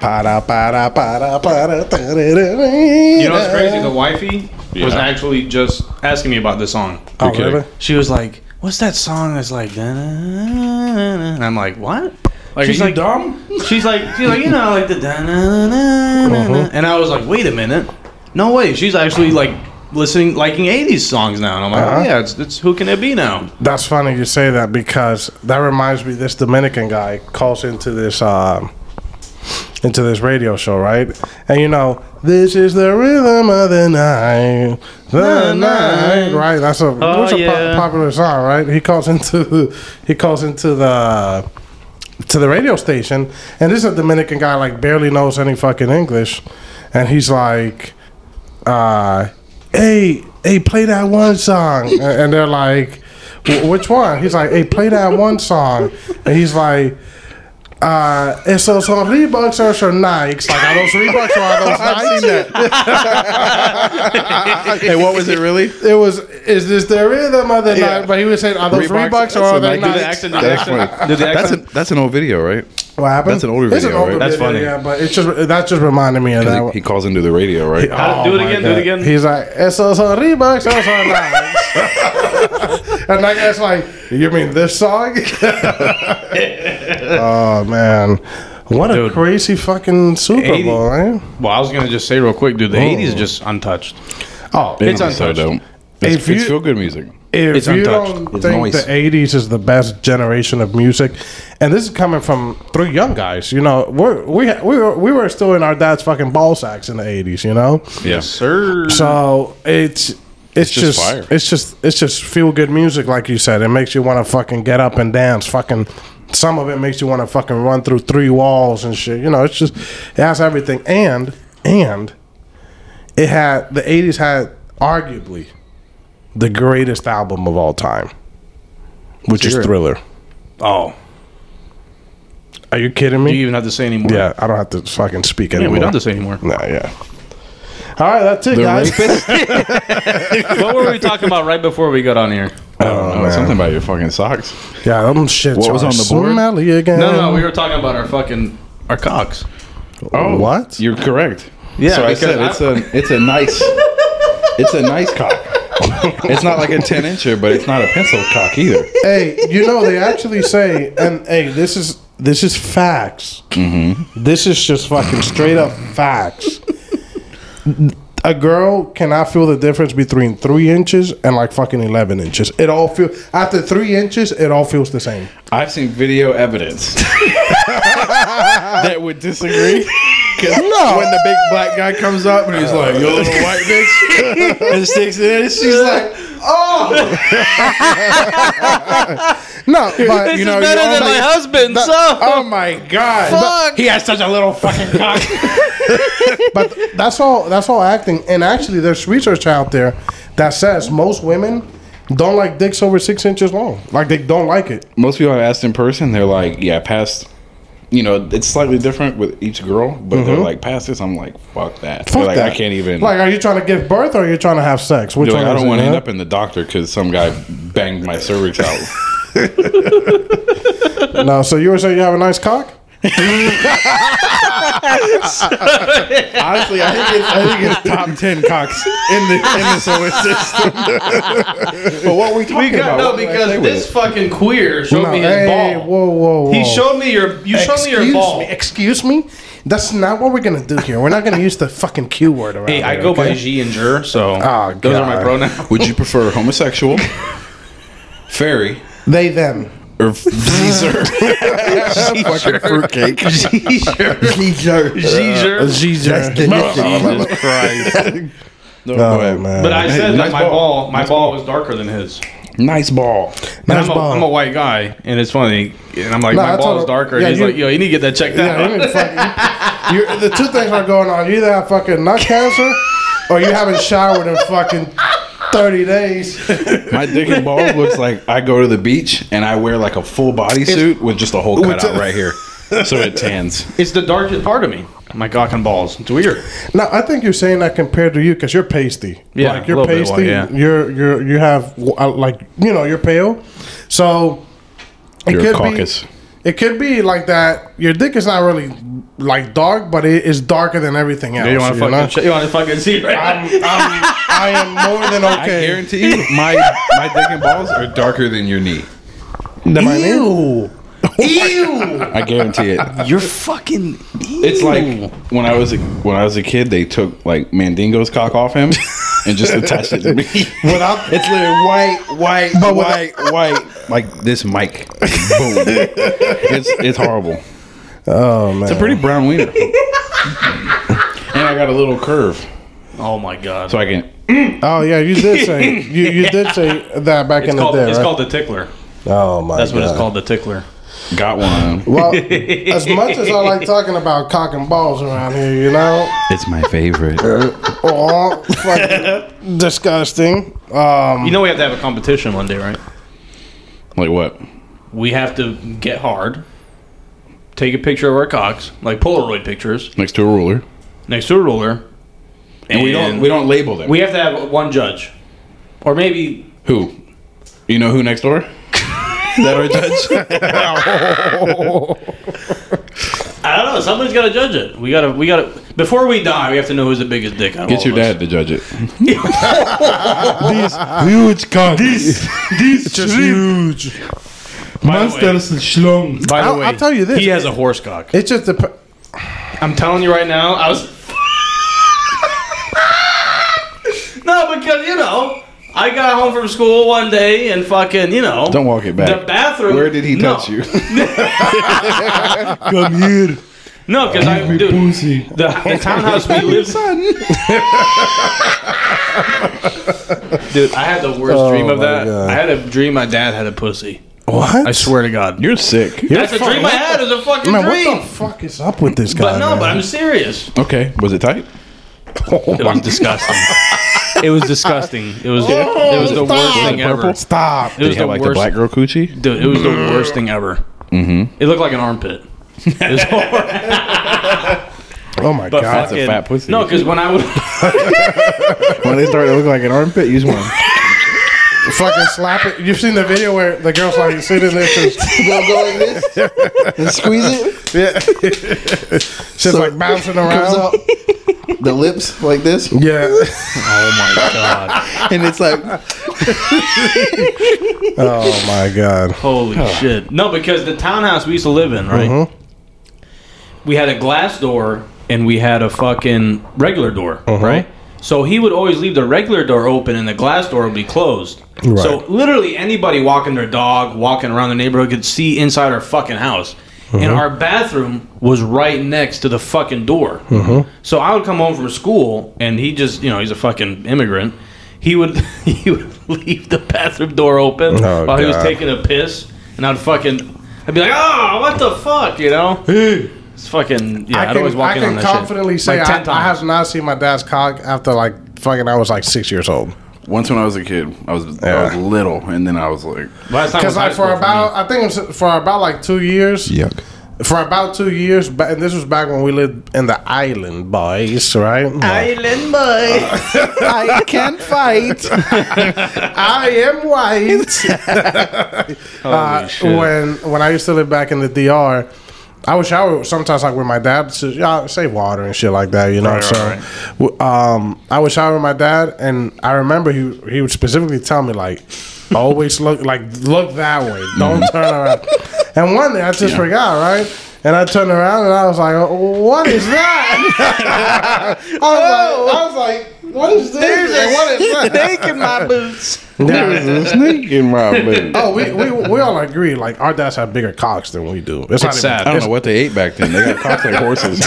Para para para para. You know what's crazy? The wifey was actually just asking me about this song. Oh, Okay. really? She was like, "What's that song?" That's like, "Da-na-na-na-na-na?" and I'm like, "What?" She's Like, she's like like, dumb. she's like, she's like, you know, like the da-na-na-na-na-na." and I was like, "Wait a minute, no way." She's actually like listening, liking '80s songs now, and I'm like, Uh-huh. oh, "Yeah, it's, it's who can it be now?" That's funny you say that because that reminds me. This Dominican guy calls into this um, into this radio show, right? And you know, this is the rhythm of the night, the The night, night." right? That's a Oh, that's a yeah. pop- popular song, right? He calls into the he calls into the to the radio station, and this is a Dominican guy like barely knows any fucking English, and he's like, uh, "Hey, hey, play that one song," and and they're like, "Wh- "Which one?" He's like, "Hey, play that one song," and he's like. Uh, esos son Reeboks or son Nikes. Like, are those Reeboks or are those Nikes? I've seen that. hey, what was it really? It was, is this the rhythm of the Yeah. night? But he was saying, are those Reeboks, Reeboks, that's or are a they Nike. Do the Nikes? accent, do the That's accent. funny. Do the That's accent. an that's an old video, right? What happened? That's an older It's an video, older right? That's video, funny. Yeah, but it's just that just reminded me of that. 'Cause one. He, he calls into the radio, right? How- do it my again, do it God. again. He's like, "Esos son Reeboks, esos son Nikes." and that guy's like, "You mean this song?" oh man, what a Dude. crazy fucking Super Eighty- Bowl, eh? right? Well, I was gonna just say real quick, dude. The '80s are just untouched. Oh, It It's is so untouched. dope. It's, If you- it's feel good music. if It's you untouched. don't It's think noise. the 80s is the best generation of music and this is coming from three young guys you know we're, we we were, we were still in our dad's fucking ball sacks in the 80s you know Yeah. sir. so it's it's, just just, fire. it's just it's just feel good music like you said it makes you want to fucking get up and dance fucking some of it makes you want to fucking run through three walls and shit you know it's just it has everything and and it had the 80s had arguably the greatest album of all time which is Sure. thriller oh, are you kidding do you me even have to say anymore? yeah i don't have to fucking speak Yeah, anymore we don't have to say anymore. nah, yeah all right that's it guys what were we talking about right before we got on here? Oh, something about your fucking socks. yeah them shits What was are on the board? smelly again No, no, no. We were talking about our fucking our cocks. Oh, What? You're correct. Yeah, so I because said I- it's a it's a nice it's a nice cock. it's not like a ten incher, but it's not a pencil cock either. hey, you know they actually say, and hey, this is this is facts. This is just fucking straight up facts. A girl cannot feel the difference between three inches and like fucking eleven inches. It all feel after three inches, it all feels the same. I've seen video evidence that would disagree. 'Cause when the big black guy comes up and he's like, "You little white bitch," and sticks it in, she's like, No, but you know, you all like- husband, "Oh my god, Fuck. he has such a little fucking cock." but that's all that's all acting and actually there's research out there that says most women don't like dicks over six inches long like they don't like it most people I've asked in person, they're like, yeah, past. You know, it's slightly different with each girl, but they're like, past this, I'm like, fuck that. They're Mm-hmm. Fuck like, that. I can't even. Like, are you trying to give birth or are you trying to have sex? Which they're like, I is don't it, want to end huh? up in the doctor because some guy banged my cervix out. No, so you were saying you have a nice cock? Honestly, I think it's, I think it's top ten cocks in the in the solar system. but what are we talking We got about? no because this fucking queer showed No, me his hey, ball. whoa, whoa, whoa. He showed me your you showed me Excuse your ball. Me, excuse me? That's not what we're going to do here. We're not going to use the fucking Q word around Hey, I here, go by okay? G and Jer, so Oh, those are my God. pronouns. Would you prefer homosexual, fairy, They, them. or geezer? fucking fruitcake. Jesus No, Oh, go ahead. man. But I Hey, said nice that my ball. ball, my ball was darker than his. Nice ball. And Nice I'm, a, ball. I'm a white guy, and it's funny. And I'm like, No, I my told ball is him- darker. yeah, and he's you- like, yo, you need to get that checked Yeah, you out. mean fucking, you, the two things are going on. You either have fucking nut cancer or you haven't showered in fucking 30 days. My dick and balls looks like I go to the beach and I wear like a full bodysuit with just a hole cut out right here, so it tans. It's the darkest part of me. My cock and balls. It's weird. Now I think you're saying that compared to you because you're pasty. Yeah, like a you're little bit pasty. white, yeah. You're you're you have uh, like you know you're pale, so it You're a could caucus. be It could be like that. Your dick is not really like dark, but it is darker than everything else. You want you to fucking? know? Ch- you want to fucking see right? I'm, I'm, I am more than I okay. guarantee you, my my dick and balls are darker than your knee. Ew. Oh Ew. I guarantee it. You're fucking. Ew. It's like when I was a, when I was a kid, they took like Mandingo's cock off him and just attached it to me. Without It's literally white, white, white, white, like this mic. Boom. It's it's horrible. oh man, It's a pretty brown wiener. and I got a little curve, Oh my god. so I can. oh yeah, you did say you, you did say that back it's in the called, day, it's right? called the tickler. oh my, That's what it's God. called, the tickler. Got one. Well, as much as I like talking about cock and balls around here, you know, It's my favorite. oh fucking disgusting. Um, You know we have to have a competition one day, right? Like what? We have to get hard, take a picture of our cocks, like Polaroid pictures, Next to a ruler. next to a ruler, and, We don't we don't label them. We have to have one judge, or maybe who? You know who next door? Is that our judge? I don't know. Somebody's got to judge it. We gotta we gotta before we die. We have to know who's the biggest dick. out of Get all your of us. dad to judge it. huge cock. These these just huge. Monsters schlong. By the I'll- way, I'll tell you this. he has a horse cock. It's just the. I'm telling you right now. I was no because you know. I got home from school one day and fucking, you know. Don't walk it back. The bathroom. Where did he No. touch you? Come here. No, because I dude, pussy. the, the townhouse we lived. Dude, I had the worst Oh dream of my that. God. I had a dream my dad had a pussy. What? I swear to God. You're sick. That's a fucking- dream I had. It was a fucking Man, dream. what the fuck is up with this guy? but no, man? but I'm serious. Okay. Was it tight? It was disgusting. it was disgusting. It was it was the worst stop. thing ever. Stop. It was Did you the have like worst. the black girl coochie? dude, it was the worst thing ever. Mm-hmm. It looked like an armpit. It was horrible. Oh my But god. a fucking- fat pussy. No, because when I would When they start to look like an armpit, use one. fucking slap it. You've seen the video where the girl's like sitting there just going this and squeeze it. yeah. She's like bouncing around. the lips like this, Yeah. oh my god, and it's like Oh my god. holy shit! No, because the townhouse we used to live in, right? We had a glass door and we had a fucking regular door, Uh-huh. right? So he would always leave the regular door open and the glass door would be closed. So literally anybody walking their dog, walking around the neighborhood could see inside our fucking house. Uh-huh. And our bathroom was right next to the fucking door. Uh-huh. So I would come home from school and he just, you know, he's a fucking immigrant. He would he would leave the bathroom door open Oh, while he was God. taking a piss and I'd fucking I'd be like, "Oh, what the fuck," you know? It's fucking yeah, I I would always can, walk I in on can that confidently shit. say Like, 10 I, I times. have not seen my dad's cock after like fucking I was like six years old. once when I was a kid, I was I was Yeah. little, and then I was like, Last time was Because high like school for me. about I think it was for about like two years. yuck. For about two years, ba- and this was back when we lived in the island, boys, right? Island boy. I can't fight. I am white. uh, when when I used to live back in the DR, I would shower sometimes like with my dad. So, yeah, save water and shit like that, you know. Right, so, right, w- um, I would shower with my dad, and I remember he he would specifically tell me like, always look like look that way, don't Mm-hmm. turn around. And one day I just forgot, right? And I turned around and I was like, "Oh, "What is that?" I, was like, I was like, "What is this? and what is that?" in my boots. Yeah. There's a snake in my bed. Oh, we, we we all agree. Like our dads have bigger cocks than we do. It's, not sad. I don't know what they ate back then. They got cocks like horses.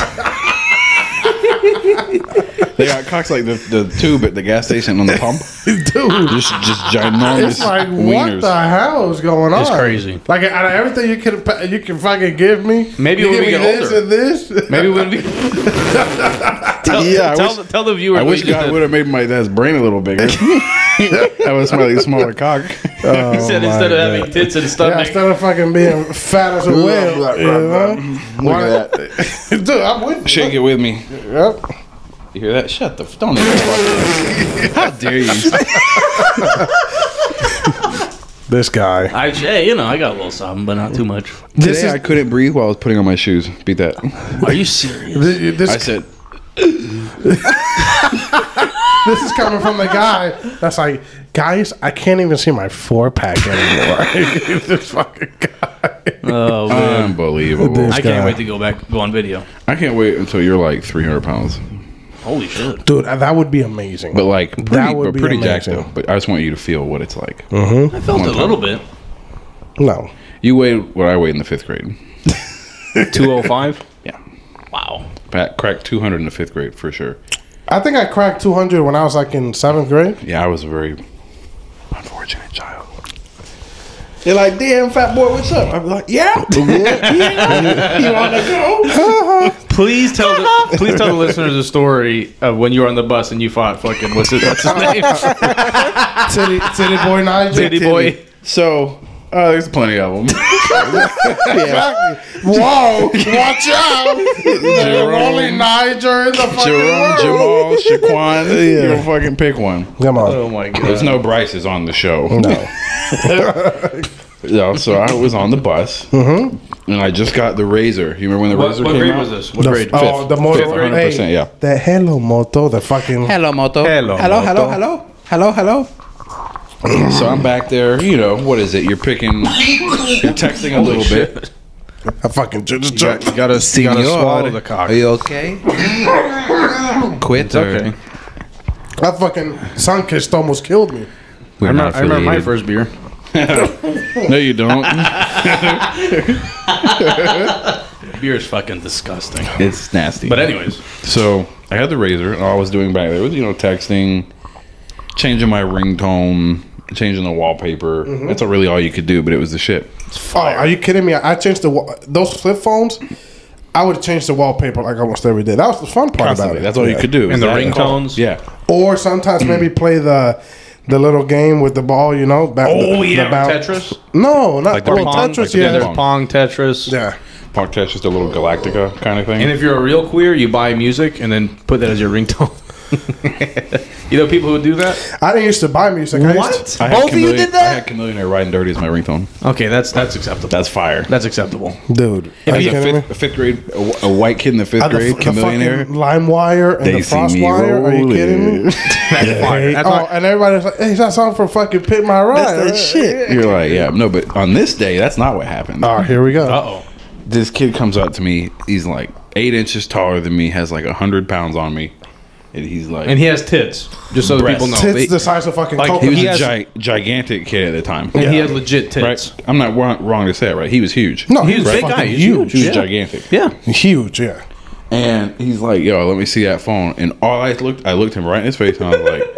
they got cocks like the, the tube at the gas station on the pump. even, dude. Just just ginormous It's like wieners. what the hell is going on? It's crazy. Like out of everything you can pa- you can fucking give me. Maybe you when give me we get this older. and this. Maybe when we tell, Yeah, I tell, wish- the- tell the viewer. I wish what you God did. would have made my dad's brain a little bigger. I was smiling smaller cock. He said instead of having tits and Yeah, stomach. instead of fucking being fat as a whale, blah, blah, you know? Look at that. dude, I'm with Shake it with me. you. Yep. You hear that? Shut the f- don't. even fuck with me. How dare you? This guy. I, hey, you know, I got a little something, but not too much. This Today is- I couldn't breathe while I was putting on my shoes. Beat that. Are you serious? This, I this, said, this is coming from the guy that's like, guys, I can't even see my four pack anymore. this fucking guy. Oh man, unbelievable. I guy. can't wait to go back go on video. I can't wait until you're like 300 pounds. Holy shit! Dude, that would be amazing. But like, pretty, That would but be pretty jacked amazing. Mm. though. But I just want you to feel what it's like. I felt a little bit. no. You weighed what I weighed in the fifth grade. Two oh five. Yeah. Wow. Pat cracked 200 in the fifth grade for sure. I think I cracked 200 when I was like in seventh grade. Yeah, I was a very unfortunate child. They're like, damn, fat boy, what's up? I'm like, yeah. you want to go? Please tell the please tell the listeners a story of when you were on the bus and you fought fucking what's his, what's his name? City, city boy Nigel. Titty boy. So, uh, there's plenty of them. Whoa, watch out. Jerome, only Niger in the fucking Jerome, world. Jamal, Shaquan. You don't fucking pick one. Come on. Oh my god. There's no Bryces on the show. No. Yeah, so I was on the bus, Mm-hmm. and I just got the razor. You remember when the What, razor what came grade out? was this? What The- grade? oh, the motor. Fifth, 100%, hey, yeah. The hello moto, the fucking. Hello, moto. Hello, Hello, moto. hello, hello, hello, hello. so I'm back there. You know what is it? You're picking. You're texting a little bit. I fucking just You got- you gotta, you gotta swallow the cock. you okay? Quit. Okay. That fucking sunkist almost killed me. Oh, We're I remember, I remember my first beer. No, you don't. Beer is fucking disgusting. it's nasty. But anyways, So I had the razor, and all I was doing back there was, you know, texting, changing my ringtone, changing the wallpaper. Mm-hmm. That's really all you could do, but it was the shit. Oh, are you kidding me? I I changed the wa- those flip phones. I would change the wallpaper like almost every day. That was the fun part Constantly. about it. That's all you Yeah. could do. And the That- ringtones? Yeah. Or sometimes maybe play the the little game with the ball. You know, back oh the, yeah, the bounce. Tetris, No, not Like the well, pong, Tetris. like the yeah, there's pong. Pong Tetris. yeah. Punk Tetris, just a little Galactica kind of thing. And if you're a real queer, you buy music and then put that as your ringtone. you know people who do that? I didn't used to buy music. I used to- I Both of you did that? I had Chameleonaire Riding Dirty as my ringtone. Okay, that's that's acceptable. That's fire. that's acceptable. dude. Are As you a kidding me? fifth, a fifth grade, a, wh- a white kid in the fifth Uh, grade, the, the fucking Chameleonaire. lime wire and They the see frost me wire. Are you kidding me? rolling. Hey, That's oh, like- and everybody's like, "Hey, that song from fucking Pit My Ride." shit. You're like, yeah, no, but on this day, that's not what happened. All right, here we go. Uh oh. this kid comes up to me. He's like eight inches taller than me, has like a hundred pounds on me, and he's like, And he has tits, just so that people know. Breasts. Tits they- the size of fucking like, coconut. he was he a has- gi- gigantic kid at the time. And he had legit tits. Right? I'm not wrong, wrong to say it, right? He was huge. no, He was a big fucking guy. He's huge, huge. he was yeah. gigantic. Yeah. huge. Yeah, And he's like, "Yo, let me see that phone." And all I looked, I looked him right in his face, and I was like,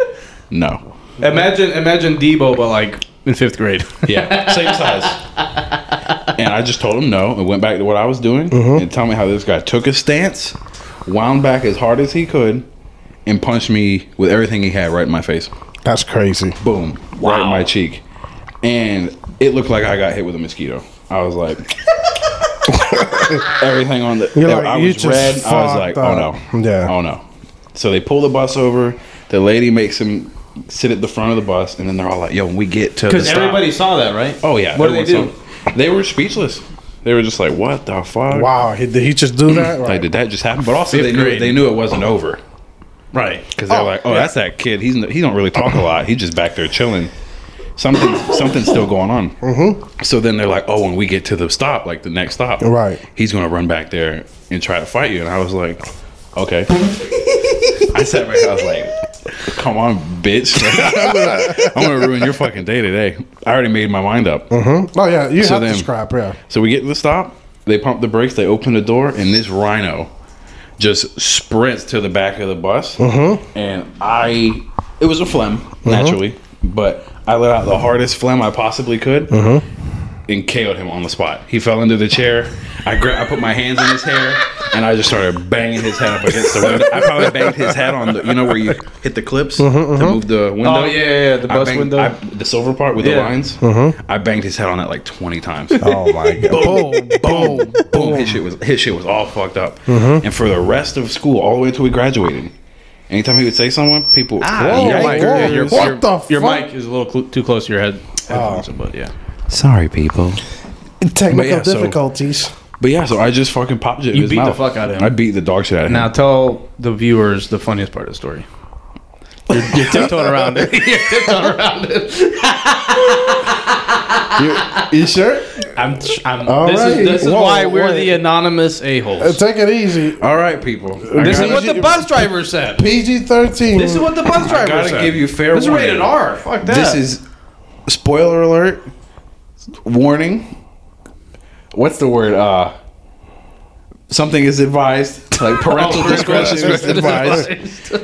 "No." Imagine imagine Debo, but like in fifth grade. Yeah, same size. and I just told him no, and went back to what I was doing, and tell me how this guy took his stance, wound back as hard as he could, and punched me with everything he had right in my face. that's crazy. Boom, right in my cheek, and it looked like I got hit with a mosquito. I was like. Everything on the. You're like, I you was just red. I was like, fucked up. oh no. Yeah. Oh no. So they pull the bus over. The lady makes him sit at the front of the bus, and then they're all like, yo, when we get to the Because stop- everybody saw that, right? Oh yeah. What do they do? everyone saw- They were speechless. They were just like, "What the fuck?" Wow, he, did he just do that? Like, Right. did that just happen? But also, they Fifth knew, grade. they knew it wasn't over Right. because they're like, "Oh, that's that kid. He's n- he don't really talk a lot. He's just back there chilling. Something something's still going on." Mm-hmm. So then they're like, "Oh, when we get to the stop, like the next stop, Right. He's gonna run back there and try to fight you." And I was like, "Okay." I sat back. I was like, "Come on, bitch! I'm, gonna, I'm gonna ruin your fucking day today. I already made my mind up." Oh yeah, you So have then- to scrap. Yeah, So we get to the stop, they pump the brakes, they open the door, and this rhino just sprints to the back of the bus. And I, it was a phlegm, naturally, but I let out the hardest phlegm I possibly could. And KO'd him on the spot. He fell into the chair. I gra- I put my hands in his hair, and I just started banging his head up against the window. I probably banged his head on the, you know, where you hit the clips to move the window. Oh yeah, yeah, yeah. The I bus banged- window. I- the silver part with the Yeah. lines. I banged his head on that like twenty times. Oh my god. boom, boom, boom. His shit was his shit was all fucked up. And for the rest of school, all the way until we graduated, anytime he would say someone, people, Whoa, Ah, Yeah, my like, God. yeah, you're- what the your fuck? mic is a little cl- too close to your head. headphones, but yeah. Sorry, people. Technical yeah, so- difficulties. But yeah, so I just fucking popped it. in You his beat the mouth. fuck out of him. I beat the dog shit out of him. Now tell the viewers the funniest part of the story. You're, you're tiptoeing around it. You're tiptoeing around it. you sure? I'm. I'm All this right. is, this is Whoa, why we're wait. the anonymous a Uh, holes. Take it easy. All right, people. This I is gotta, what the bus driver said. PG thirteen. This is what the bus driver gotta said. give you fair This is warning. rated R. Fuck that. This is spoiler alert. Warning. What's the word? Uh, something is advised. Like Oh, parental discretion is advised.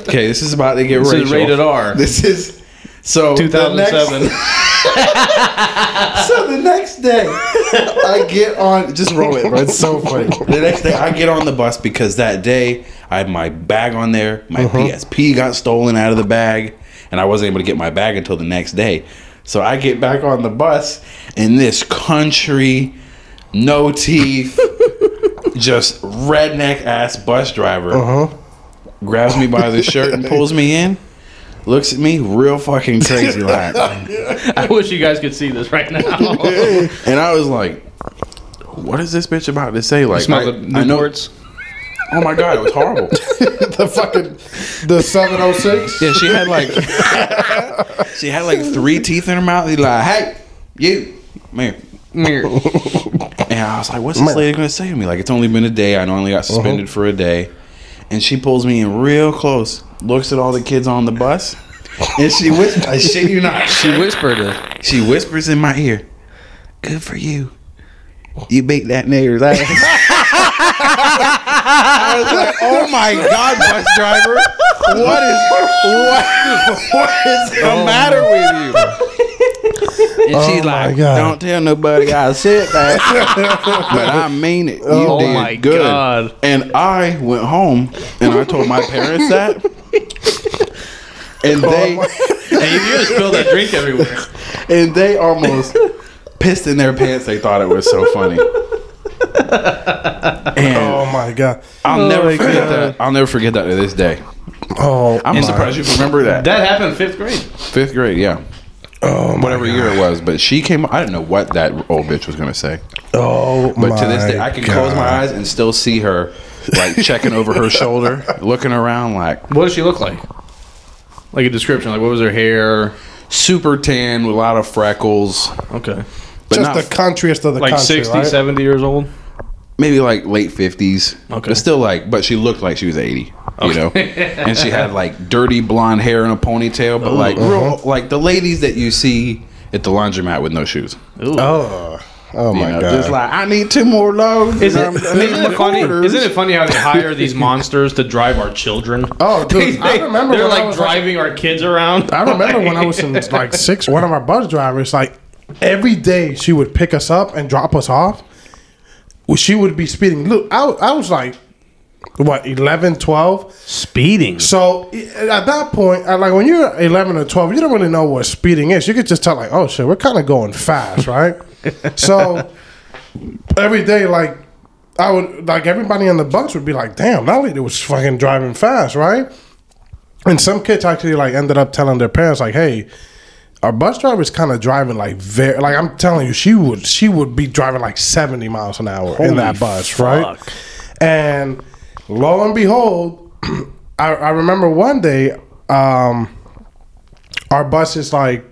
Okay, this is about to get This is racial. rated R. This is so the next- 2007. so the next day, I get on. Just roll it, bro. It's so funny. The next day, I get on the bus because that day I had my bag on there. My PSP got stolen out of the bag, and I wasn't able to get my bag until the next day. So I get back on the bus in this country, no teeth, just redneck ass bus driver grabs me by the shirt and pulls me in. Looks at me real fucking crazy like, I wish you guys could see this right now. and I was like, "What is this bitch about to say?" Like, Smell I, the I know- Newports. Oh my god, it was horrible. the fucking the seven oh six. yeah, she had like, she had like three teeth in her mouth. He's like, "Hey, you, man." And I was like, "What's this lady gonna say to me?" Like, it's only been a day. I only got suspended for a day. And she pulls me in real close, looks at all the kids on the bus, and she whispers, "I shit you not." She Whispered it. She whispers in my ear, "Good for you. You beat that nigger's ass." I was like, "Oh my god, bus driver, what is what, what is the matter with you?" And she's my like, God. "Don't tell nobody I said that, but I mean it. You Oh did my good." God. And I went home and I told my parents that. And they Hey, you just spill that drink everywhere. and they almost pissed in their pants. They thought it was so funny. And Oh my god. I'll never my forget God. that. I'll never forget that to this day. Oh, I'm surprised you remember that. That happened fifth grade. Fifth grade, yeah. oh, my, Whatever year it was, but she came. I didn't know what that old bitch was gonna say. oh But my to this day, I can close my God. eyes and still see her, like checking over her shoulder, looking around, like What does she look like? Like a description. Like what was her hair? super tan with a lot of freckles, Okay. but Just not the countryest of the Like country, 60, right? 70 years old. maybe like late fifties. Okay. But still like, but she looked like she was eighty. You know, and she had like dirty blonde hair and a ponytail, but like uh-huh. real, like the ladies that you see at the laundromat with no shoes. Oh, oh You my know, god. just like I need two more loads. Is Um, it, isn't it funny? quarters. Isn't it funny how they hire these monsters to drive our children? oh, dude, I remember They're when I like was, driving our kids around. I remember when I was in like six. One of our bus drivers, like every day, she would pick us up and drop us off. Well, She would be speeding. Look, I, I was like, what, 11, 12? speeding. So i- at that point, I, like when you're 11 or 12, you don't really know what speeding is. You could just tell, like, oh shit, we're kind of going fast, right? so every day, like, I would, like, everybody on the bus would be like, damn, that lady was fucking driving fast, right? And some kids actually, like, ended up telling their parents, like, hey, our bus driver's kind of driving like very like I'm telling you she would she would be driving like 70 miles an hour in that bus right fuck. and lo and behold I, I remember one day um our bus is like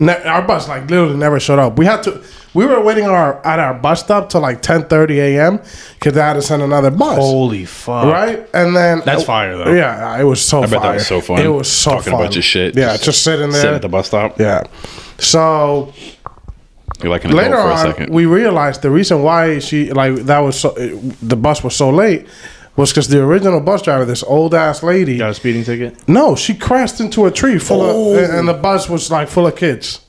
ne- our bus like literally never showed up we had to we were waiting on our at our bus stop till like 10:30 a.m. because they had to send another bus Holy fuck! Oh. right? And then That's fire, though. Yeah, it was so. I bet that was so fun. It was so Talking a fun. bunch of shit. Yeah, Just just, sitting there. Sit at the bus stop. Yeah. So You're like an adult later for a on, second. we realized the reason why she like that was so, the bus was so late was because the original bus driver, this old ass lady, Got a speeding ticket. no, she crashed into a tree full Oh. of, and- and the bus was like full of kids.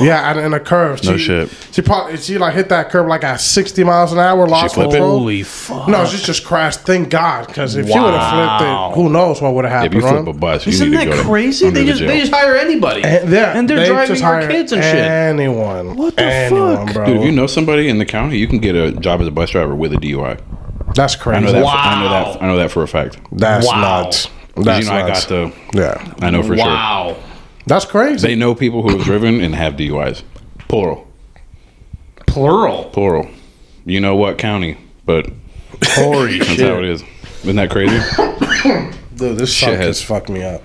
yeah, and in a curve. She, No shit. She probably she like hit that curve like at sixty miles an hour, lost flip it? control. Holy fuck! No, she just crashed. Thank God, because if she would have Wow. flipped it, who knows what would have if happened? you flip a right? bus, you Isn't need to that go to crazy? under They the just jail. they just hire anybody, And, Eh, yeah, and they they're just eh, driving our hired kids and shit. Anyone? What the anyone, fuck? bro? Dude, if you know somebody in the county, you can get a job as a bus driver with a DUI. That's I crazy. know that. For, Wow. I know that. I know that for a fact. 'Cause That's Wow. nuts. That's you know, I nuts. got the. yeah. I know for sure. Wow! That's crazy. They know people who have driven and have DUIs. Plural. Plural. Plural. You know what county, but Holy that's how it is. Isn't that crazy? Dude, this Shit shit has- just fucked me up.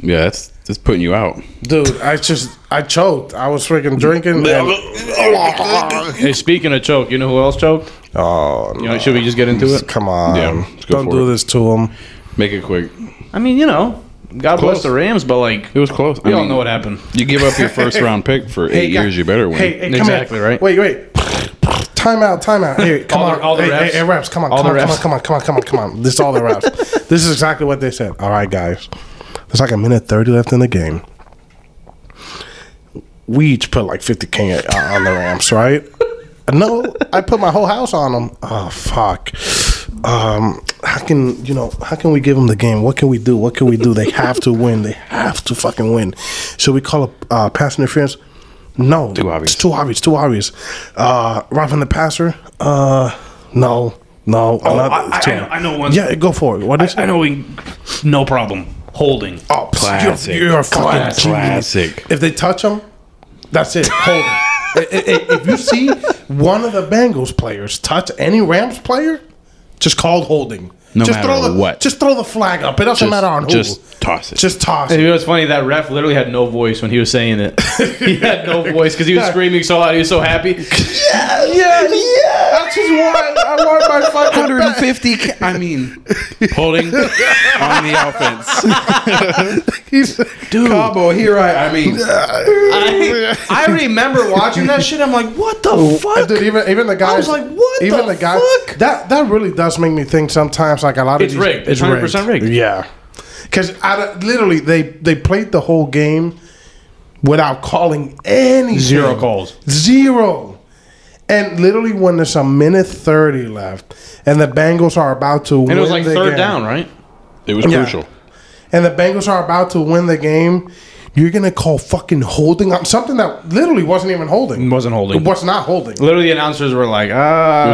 Yeah, that's that's putting you out. Dude, I just I choked. I was freaking drinking. and- Hey, speaking of choke, you know who else choked? oh, You know, should we just get into it? come on! Yeah, let's go Don't for do it. this to him. Make it quick. I mean, you know, God bless the Rams, but like, It was close. we I all mean, know what happened. You give up your first round pick for eight guy- years, you better win. Hey, hey come Exactly, here. right? Wait, wait. Time out, time out. Here, come All the- on. all the hey, refs? Hey, hey, refs, come on, All come on, the come on, refs? come on, come on, come on, come on. This is all the refs. this is exactly what they said. All right, guys. There's like a minute 30 left in the game. We each put like 50K on- on the Rams, right? No, I put my whole house on them. Oh, fuck. Um, how can you know? How can we give them the game? What can we do? What can we do? They have to win. They have to fucking win. Should we call a uh, pass interference? No, Too obvious. It's too obvious. Too obvious. Uh, roughing the passer. Uh, no, no. Oh, I- I- I know- I know one. Yeah, go for it. What is? I know we, no problem holding. Oh, pff, you're- Classic. You're, a fucking Classic. genius. Classic. If they touch him, that's it. Hold him. I- I- I- if you see one of the Bengals players touch any Rams player, just call holding. No just matter throw the, what. Just throw the flag up. It doesn't Just- matter on who. just toss it. Just toss You it. know, it's funny that ref literally had no voice when he was saying it. he had no voice because he was screaming so loud. He was so happy. Yeah, yeah, yeah. That's just why I want my fucking. 150. K- I mean, holding on the offense. He's, Dude. Cabo, here I. I mean, I, I remember watching that shit. I'm like, what Oh, the fuck? Dude, even even the guys. was like, what Even the the, guy. fuck? That that really does make me think sometimes. Like a lot of It's these- rigged. It's 100% rigged. Yeah, because I don't- literally they they played the whole game without calling any Zero calls. zero. And literally, when there's a minute thirty left, and the Bengals are about to win, And it was like the third game, down, right? it was Yeah. crucial. and the Bengals are about to win the game. You're gonna call fucking holding on something that literally wasn't even holding. Wasn't holding. It was not holding. Literally, the announcers were like, It was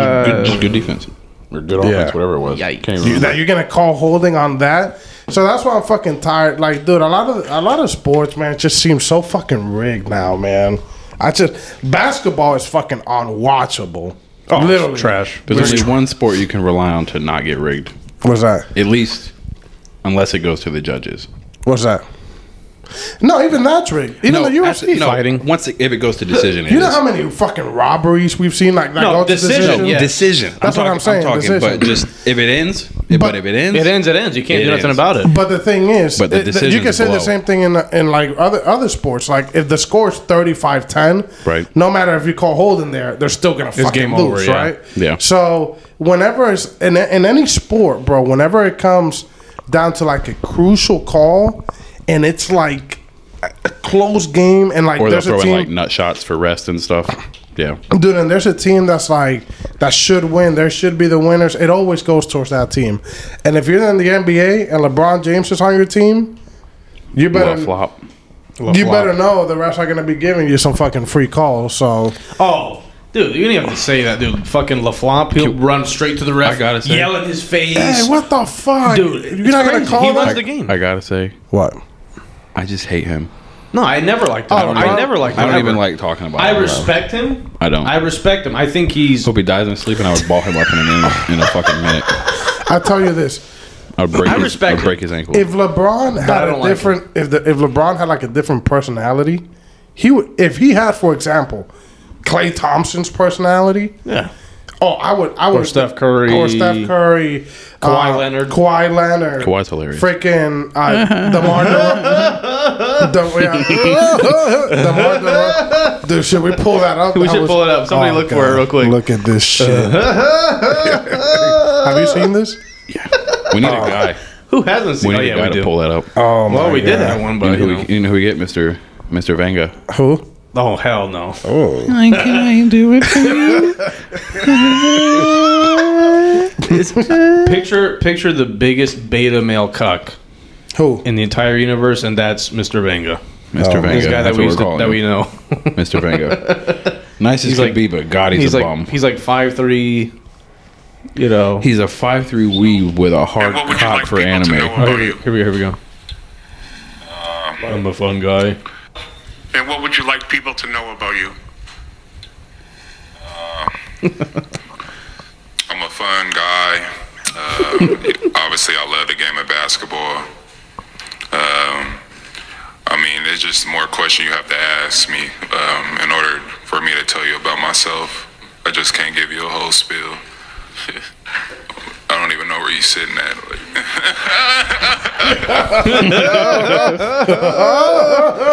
ah. good, just good defense or good offense, Yeah. whatever it was. Yikes. Can't You- remember. that you're gonna call holding on that. So that's why I'm fucking tired. Like, dude, a lot of a lot of sports, man, just seems so fucking rigged now, man. I just basketball is fucking unwatchable. Oh, literally trash. There's only one sport you can rely on to not get rigged, What's that? at least unless it goes to the judges. What's that? No, even that's rigged. Even the UFC. actually, no, Fighting. Once it, if it goes to decision, it You know is. how many fucking robberies we've seen? Like, like No, all the decision, decisions? yeah. decision. That's what I'm saying, decision. But just if it ends, if, but, But- if it ends, It ends, it ends. You can't It do nothing ends. about it. But the thing is, But the it- you decisions can say blow. the same thing in in like other other sports. Like if the score is 35-10, Right. No matter if you call holding there, they're still gonna fucking game over, lose, yeah. right? Yeah. So whenever it's in in any sport, bro, whenever it comes down to like a crucial call, and it's like a a close game, and like or they'll there's a throw in team. like nut shots for rest and stuff. Yeah. Dude, and there's a team that's like that should win. There should be the winners. It always goes towards that team. And if you're in the NBA and LeBron James is on your team, you Well, better flop. you better know the refs are gonna be giving you some fucking free calls. So Oh, dude, you didn't have to say that, dude. Fucking LaFlop, he'll run straight to the ref, I gotta say- yell in his face. hey, what the fuck, Dude, You're not gonna call He that? runs the game. I gotta say, what? I just hate him. no, I never liked him. don't I, even- never liked him. I don't ever. even like talking about. I him. respect him. I don't. I respect him. I think he's. Hope he dies in his sleep, and I would ball him up in a minute, in a fucking minute. I tell you this: I'd break. I his, respect I'd break his ankle. if LeBron I had don't a like different, if the, if LeBron had like a different personality, he would. If he had, for example, Clay Thompson's personality, Yeah. Oh, I would. I would. Steph Curry. Or Steph Curry. uh, Kawhi Leonard. Kawhi Leonard. Kawhi's hilarious. Freaking uh, DeMar DeRozan. De- yeah. DeMar DeRozan. Dude, should we pull that up? We That should was- Oh, pull it up. Somebody look for it real quick. Look at this shit. Have you seen this? We need a guy. Who hasn't seen? We need Oh a yeah, guy we to do. pull that up. Oh my Well, we did God. have one, you, know but who you know. we, you know who we get, Mister Mister Vanga. Who? oh hell no. Oh, I can do it for Picture picture the biggest beta male cuck who? in the entire universe, and that's Mr. Vanga. Mister Vanga. This guy that that's we used what we're to, calling that him. we know. Mr. Vanga. nice as He's could like- be, but God, he's, he's a like bum. he's like five three. You know. He's a five three weave with a hard And what would you cock like for people to anime. know? Oh, here, we- here we here we go. Um, I'm a fun guy. And what would you like people to know about you? Uh, I'm a fun guy. Um, obviously, I love the game of basketball. Um, I mean, there's just more question you have to ask me um, in order for me to tell you about myself. I just can't give you a whole spiel. I don't even know where you're sitting at.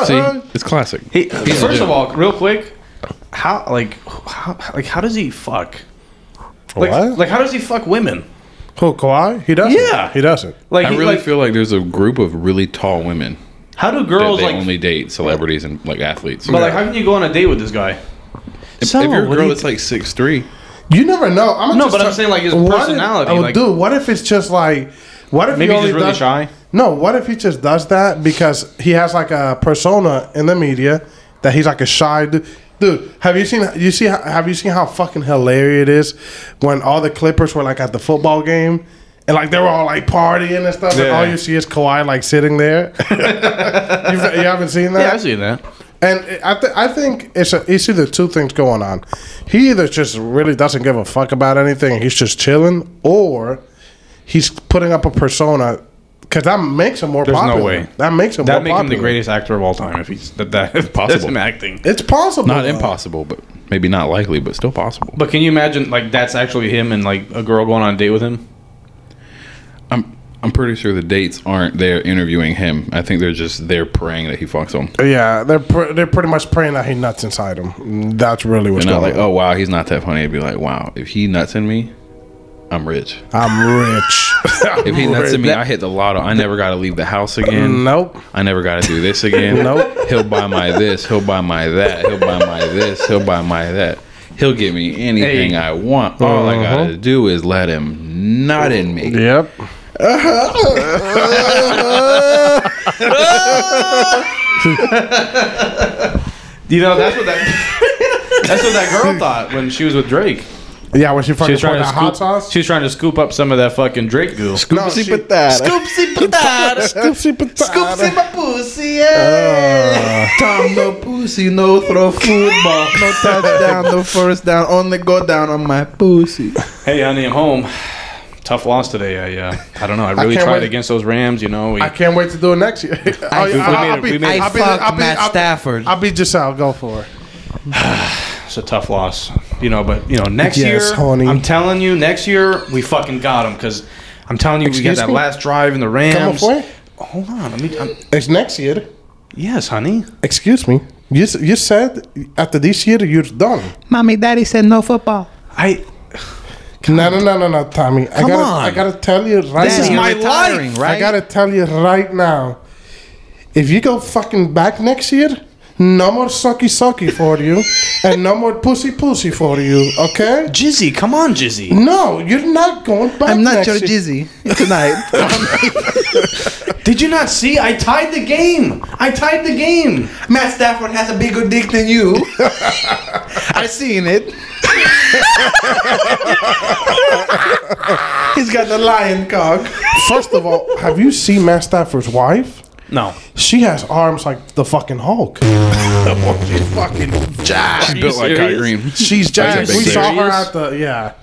See, it's classic. He, first of all, real quick, how like how like how does he fuck? Like, what? like how does he fuck women? Who, Kawhi? He doesn't. Yeah. He doesn't. Like, I he, really like feel like there's a group of really tall women how do that girls they like? only date celebrities and like athletes. but like, how can you go on a date with this guy? So, if you're a what do girl you- that's like six three, You never know. I'm No, but I'm saying, like, his personality, If, oh, like- dude, what if it's just like, what if Maybe he only he's just really does, shy. No, what if he just does that because he has like a persona in the media that he's like a shy dude. Dude, have you seen you see have you seen how fucking hilarious it is when all the Clippers were like at the football game and like they were all like partying and stuff and Yeah. all you see is Kawhi like sitting there. You've, you haven't seen that? seen that. And I, th- I think it's a, it's either two things going on. He either just really doesn't give a fuck about anything. He's just chilling, or he's putting up a persona because that makes him more There's no popular. way. That makes him That more make him popular. the greatest actor of all time if he's that that if Possible. possible him acting. It's possible. Not though. impossible, but maybe not likely, but still possible. But can you imagine like that's actually him and like a girl going on a date with him? I'm I'm pretty sure the dates aren't there interviewing him. I think they're just there praying that he fucks them. Yeah, they're pr- they're pretty much praying that he nuts inside him. That's really what's They're not going like, on. oh wow, he's not that funny. I'd be like, wow, if he nuts in me, I'm rich. oh. I'm rich. If he nuts in me, I hit the lotto. I never got to leave the house again. nope. I never got to do this again. Nope. He'll buy my this. He'll buy my that. He'll buy my this. He'll buy my that. He'll give me anything Hey. I want. All I got to do is let him nut in me. Yep. You know that's what that that's what that girl thought when she was with Drake. Yeah, when she She fucking was poured trying to that hot scoop, sauce. she was trying to scoop up some of that fucking Drake goo. No, she- Scoopsy patata. Scoopsy patata. my pussy, yeah. Tom no pussy, no throw football, no touchdown, no first down, only go down on my pussy. Hey, honey, I'm home. Tough loss today. I uh, I don't know. I really can't tried wait. against those Rams. You know, we, I can't wait to do it next year. Oh, we yeah, made it- we made it. I fucked Matt I'll Stafford. I'll be Giselle. Go for it. it's a tough loss. You know, but you know, next Yes, year, honey. I'm telling you, next year we fucking got them because I'm telling you, we Excuse got that me? last drive in the Come Rams. for it. Hold on, let me. I'm, It's next year. yes, honey. Excuse me. You, s- you said after this year you're done. Mommy, daddy said no football. I No, no, no, no, no, Tommy. I Come gotta, on. I gotta tell you right This now. is my life, right? I gotta tell you right now. If you go fucking back next year, no more sucky sucky for you, and no more pussy pussy for you. Okay? Jizzy, come on, Jizzy. No, you're not going back. I'm not next your year. jizzy tonight. Did you not see? I tied the game. I tied the game. Matt Stafford has a bigger dick than you. I seen it. He's got the lion cock. First of all, have you seen Matt Stafford's wife? No, She has arms like the fucking Hulk. She built like Kyrie. She's Are jacked. you We saw her serious? at the yeah.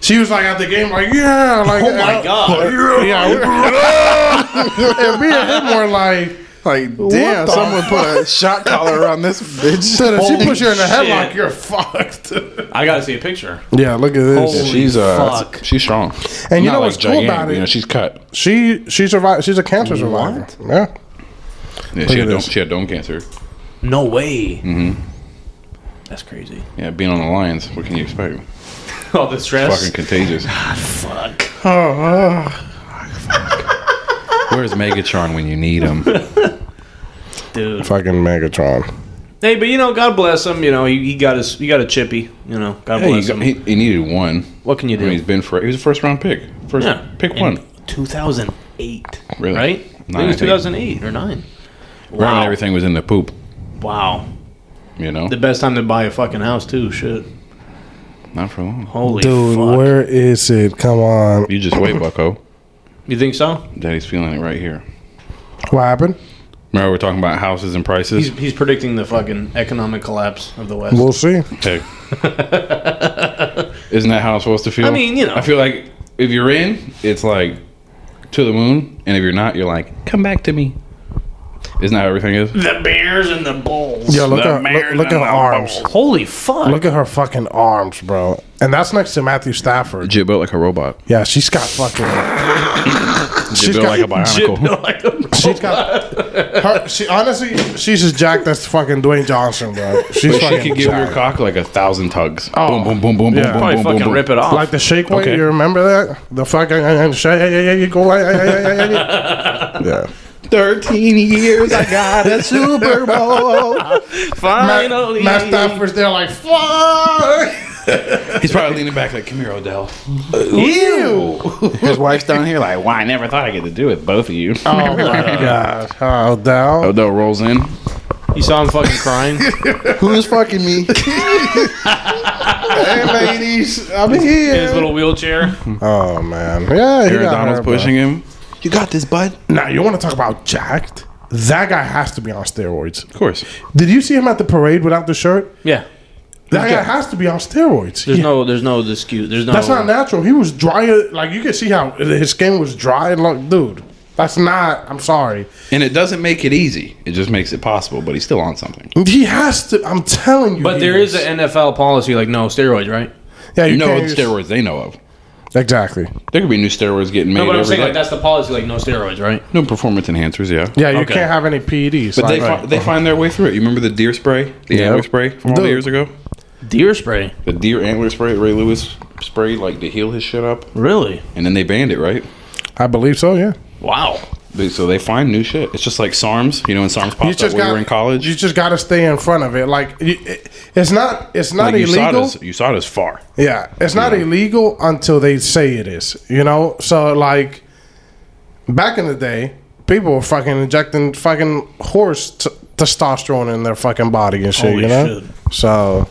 She was like at the game, like yeah, like uh, Oh my God. yeah. we- and me and him were like, Like, damn, the someone put a shot collar around this bitch. shit, if she puts you in a shit. headlock, you're fucked. I gotta see a picture. yeah, look at this. Holy She's uh, fuck. she's strong. and you Not, know like, what's cool gigantic, about You know, it? she's cut. She she survived. She's a cancer survivor. Yeah. Yeah, she at had, dome, this. she had dome cancer. No way. Mm-hmm. That's crazy. Yeah, being on the Lions, what can you expect? All the stress. Fucking contagious. Fuck. Where's Megatron when you need him? dude. Fucking Megatron. Hey, but you know, God bless him. You know, he, he got his, he got a chippy. You know, God Hey, bless he, got- him. he, he needed one. what can you I mean, he's do? been for he was a first round pick. First pick In one. 2008, Really? right? I Nine, think it I was think. 2008 or nine. Right when Wow. everything was in the poop. Wow. You know, The best time to buy a fucking house too. Shit. not for long. Holy Dude, fuck. where is it? Come on. You just wait, Bucko. You think so? Daddy's feeling it right here. What happened? Remember, we're talking about houses and prices. He's, he's predicting the fucking economic collapse of the West. We'll see. Hey. Isn't that how it's supposed to feel? I mean, you know. I feel like if you're in, it's like to the moon, and if you're not, you're like, come back to me. Isn't that how everything is? the bears and the bulls. Yo, look The at look, mayor look at and her the arms. Holy fuck! Look at her fucking arms, bro. And that's next to Matthew Stafford. Jit built like a robot. Yeah, she's got fucking. Jit she's built like a got. bionicle. Like a- She's got. Her, she honestly, she's as jacked as fucking Dwayne Johnson, bro. She's But she fucking. could give your jacked. cock like a thousand tugs. Boom, boom, boom, boom, Yeah. boom, Oh. probably boom, boom, fucking boom. rip it off. Like the shake weight, Okay. you remember that? The fucking and shake, yeah, yeah, yeah, you go like, yeah, yeah, yeah, yeah, yeah. Thirteen years. I got it. Super Bowl. Finally, Matt Stafford's there, like fuck. He's probably leaning back like, "Come here, Odell." Ew. His wife's down here like, "Why? I never thought I get to do it with both of you." Oh my god, oh down. Odell rolls in. You saw him fucking crying. Who's fucking me? Hey ladies, I'm in his here. little wheelchair. Oh man, yeah. he Aaron got Donald's her, bro. pushing him. You got this, bud. Now you want to talk about jacked? That guy has to be on steroids. Of course. Did you see him at the parade without the shirt? Yeah. That guy has to be on steroids. There's Yeah. no. There's no dispute. There's no. That's not natural. He was dry. Like you could see how his skin was dry. Like, dude, that's not. I'm sorry. And it doesn't make it easy. It just makes it possible, but he's still on something. He has to. I'm telling you. But he there is an NFL policy like no steroids, right? Yeah, you You know can't what use- steroids they know of. Exactly. There could be new steroids getting made. No, but I'm every saying day. like that's the policy like no steroids, right? New performance enhancers, yeah. Yeah, you Okay. can't have any PEDs. But they, like- fi- they find their way through it. You remember the deer spray? The antler spray from all the Dude. years ago? Deer spray. The deer antler spray Ray Lewis sprayed like to heal his shit up. Really? And then they banned it, right? I believe so. Yeah. Wow. They, so they find new shit. It's just like SARMs. You know when SARMs You popped up just when got we were in college? You just got to stay in front of it. Like you- it- it's not. It's not like you saw, illegal. this, you saw this far. Yeah, it's not illegal until they say it is. You know, so like back in the day, people were fucking injecting fucking horse t- testosterone in their fucking body and shit. Holy you know, shit. so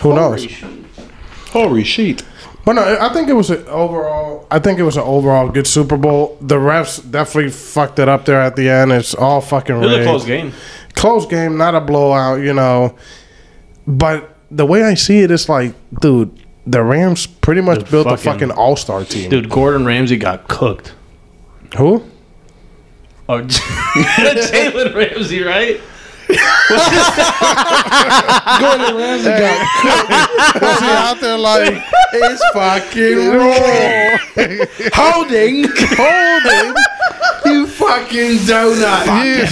who knows? Holy shit. But no, I think it was an overall. I think it was an overall good Super Bowl. The refs definitely fucked it up there at the end. It's all fucking. It was a rigged. close game. Close game, not a blowout. You know, but the way I see it, it's like, dude, the Rams pretty much built a fucking- fucking All Star team. Dude, Gordon Ramsay got cooked. Who? Oh, Jalen Ramsey, right? Was he out there like It's fucking raw. holding, holding. You fucking donut. you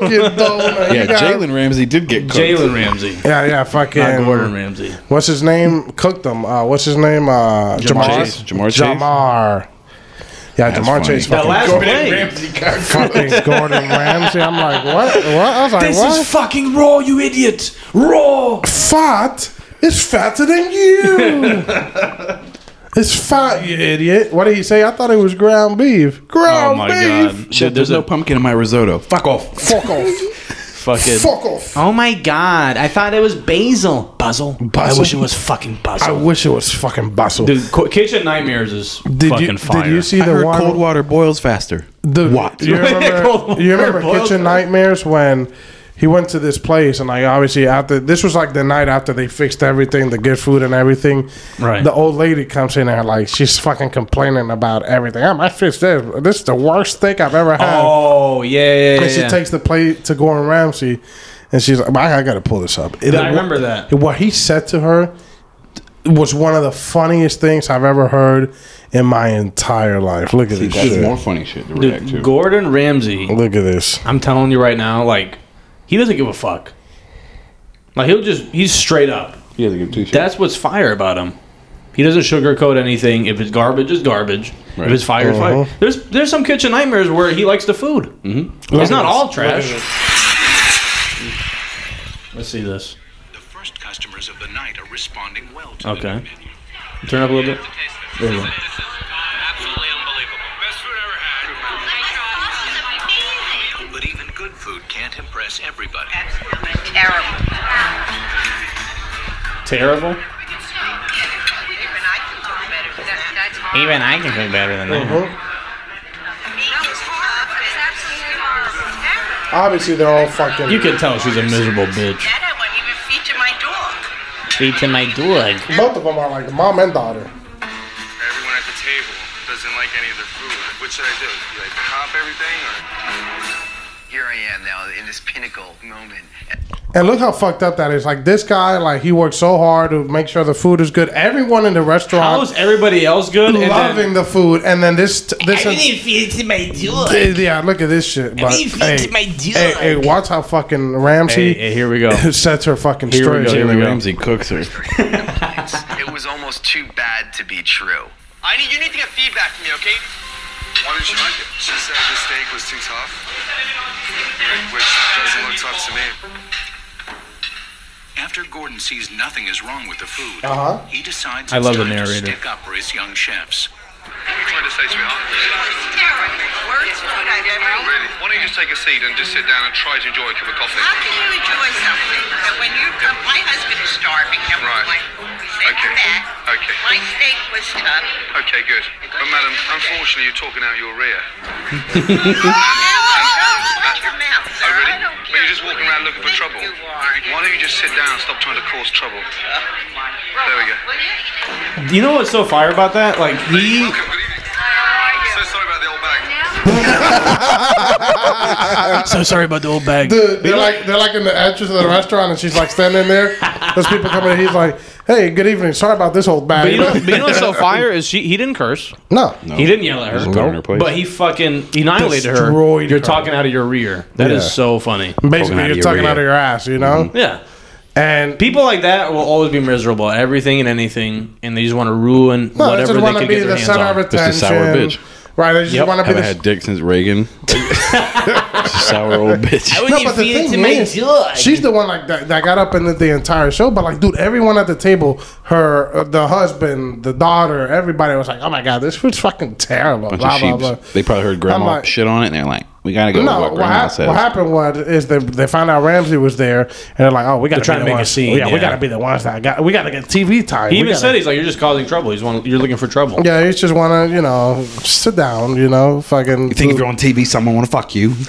fucking donut? Yeah, You got- Jalen Ramsey did get cooked. Jalen Ramsey, Yeah, yeah, not Gordon fucking. Ramsey. What's his name? Cooked him. Uh, what's his name? Uh, Jamar. Jamar. Chase. Jamar Chase. Jamar. Yeah, Jamar funny. Chase. That fucking last Gordon- fucking play. Gordon Ramsay. I'm like, what? What? I was like, what? fucking raw, you idiot! Raw. fat is fatter than you. it's fat, you idiot. What did he say? I thought it was ground beef. Oh Ground my beef. god. Shit, there's no pumpkin in my risotto. Fuck off. Fuck off. Fucking. Fuck off. Oh my god! I thought it was basil. Basil. Basil? wish it was fucking I basil. wish it was fucking bustle. Dude, Co- Kitchen Nightmares is Did fucking you fire. did you see I the heard one? cold water boils faster. Dude, What? You Cold remember, water you remember boils Kitchen Nightmares when he went to this place and like obviously after this was like the night after they fixed everything, the good food and everything. Right. The old lady comes in there like she's fucking complaining about everything. I might fix this. This is the worst steak I've ever had. Oh yeah, yeah, yeah. And she yeah. takes the plate to Gordon Ramsay, and she's like, "I, I got to pull this up." It- I remember that. What he said to her was one of the funniest things I've ever heard in my entire life. Look at this That's shit. more funny shit to react Dude, to. Gordon Ramsay. Look at this. I'm telling you right now, like he doesn't give a fuck. Like he'll just he's straight up. He doesn't give two shits. That's what's fire about him. He doesn't sugarcoat anything. If it's garbage, it's garbage. Right. If it's fire, it's Uh-huh. fire. There's there's some kitchen nightmares where he likes the food. Mm-hmm. It's not all trash. Let's see this. The first customers of the night are responding well to Okay. the new menu. Turn up a little bit. This you is, go. this is absolutely unbelievable. Best food I ever had. But even good food can't impress everybody. Terrible. Terrible. Even I can cook better than I can cook better than that. That's hard. that. That was horrible. That was absolutely horrible. Terrible. Obviously, they're all fucking. You can tell she's a miserable bitch. That I won't even feature my dog. Feet in my dog. Both of them are like mom and daughter. Everyone at the table doesn't like any of their food. What should I do? Like comp everything or? Here I am now in this pinnacle moment. And look how fucked up that is. Like this guy, like he worked so hard to make sure the food is good. Everyone in the How restaurant is everybody else good? and then- loving the food, and then this this. feed it to my dog. yeah, look at this shit. But, didn't feed hey, to my hey, dog. hey, watch how fucking Ramsey Hey, hey, here we go. sets her fucking Here we straight. go, here we go. Ramsey cooks her. It was almost too bad to be true. I need you need to get feedback from me, okay? Why didn't you like it? She said the steak was too tough, which doesn't look tough to me. After Gordon sees nothing is wrong with the food, Uh-huh. he decides I it's love the time to narrator. stick up for his young chefs. What you trying to say, sweetheart? It's terrible. Worst food I've ever eaten. Really? Why don't you just take a seat and just sit down and try to enjoy a cup of coffee? How can you enjoy something that when you come, my husband is starving, number Right. one. Send him Okay. back. Okay. My steak was tough. Okay, good. But madam, unfortunately, you're talking out your rear. Watch your mouth, sir. Oh, really? I don't But care you're just who walking you around looking for think trouble. You are. Why don't you just sit down and stop trying to cause trouble? There we go. Will you? You know what's so fire about that? Like he, Welcome, good evening. So sorry about the old bag. So sorry about the old bag. Dude, they're like they're like in the entrance of the restaurant, and she's like standing there. There's people coming in. He's like, "Hey, good evening. Sorry about this old but bag." you know, but you know what's so fire is she. He didn't curse. no, He didn't yell at her. Just put her in her place. But he fucking annihilated Destroyed her. You're her. talking out of your rear. That is Yeah. so funny. Poking basically, out you're of your talking rear. out of your ass, you know. Yeah. And People like that will always be miserable at everything and anything, and they just want to ruin no, they whatever just they want to can be get their the hands center of on. attention. Just a sour bitch. Right? They just Yep. want to be Haven't the had dick since Reagan. Sour old bitch. How would No, you but the feed it to thing my is, dog? she's the one like that, that got up in the, the entire show. But like, dude, everyone at the table, her, uh, the husband, the daughter, everybody was like, "Oh my god, this food's fucking terrible." Bunch blah of blah sheeps. blah. They probably heard grandma like- shit on it, and they're like, "We gotta go." No, with what what, grandma hap- says. what happened was is they they found out Ramsey was there, and they're like, "Oh, we got to trying to make a scene, Yeah, we yeah. got to be the ones that got. We got to get TV time. He We even gotta- said he's like, "You're just causing trouble. He's one, you're looking for trouble." Yeah, you just want to, you know, sit down, you know, fucking. You think if you're on TV, someone want to fuck you? Fuck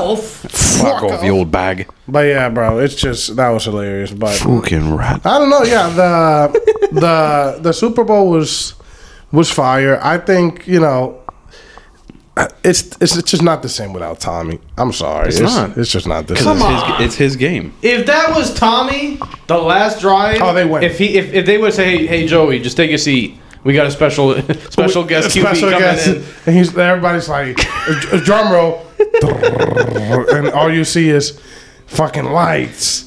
off. Fuck off, the old bag. but yeah, bro, it's just that was hilarious. But Fucking rat. I don't know. Yeah, the the the Super Bowl was was fire. I think you know. It's, it's it's just not the same without Tommy. I'm sorry. It's, not. It's just not the same. It's his, it's his game. If that was Tommy, the last drive. Oh, they win. If he, if, if they would say, "Hey, hey, Joey, just take a seat. We got a special, special guest QB Special coming guest. in." And he's, everybody's like, a drum roll. and all you see is fucking lights.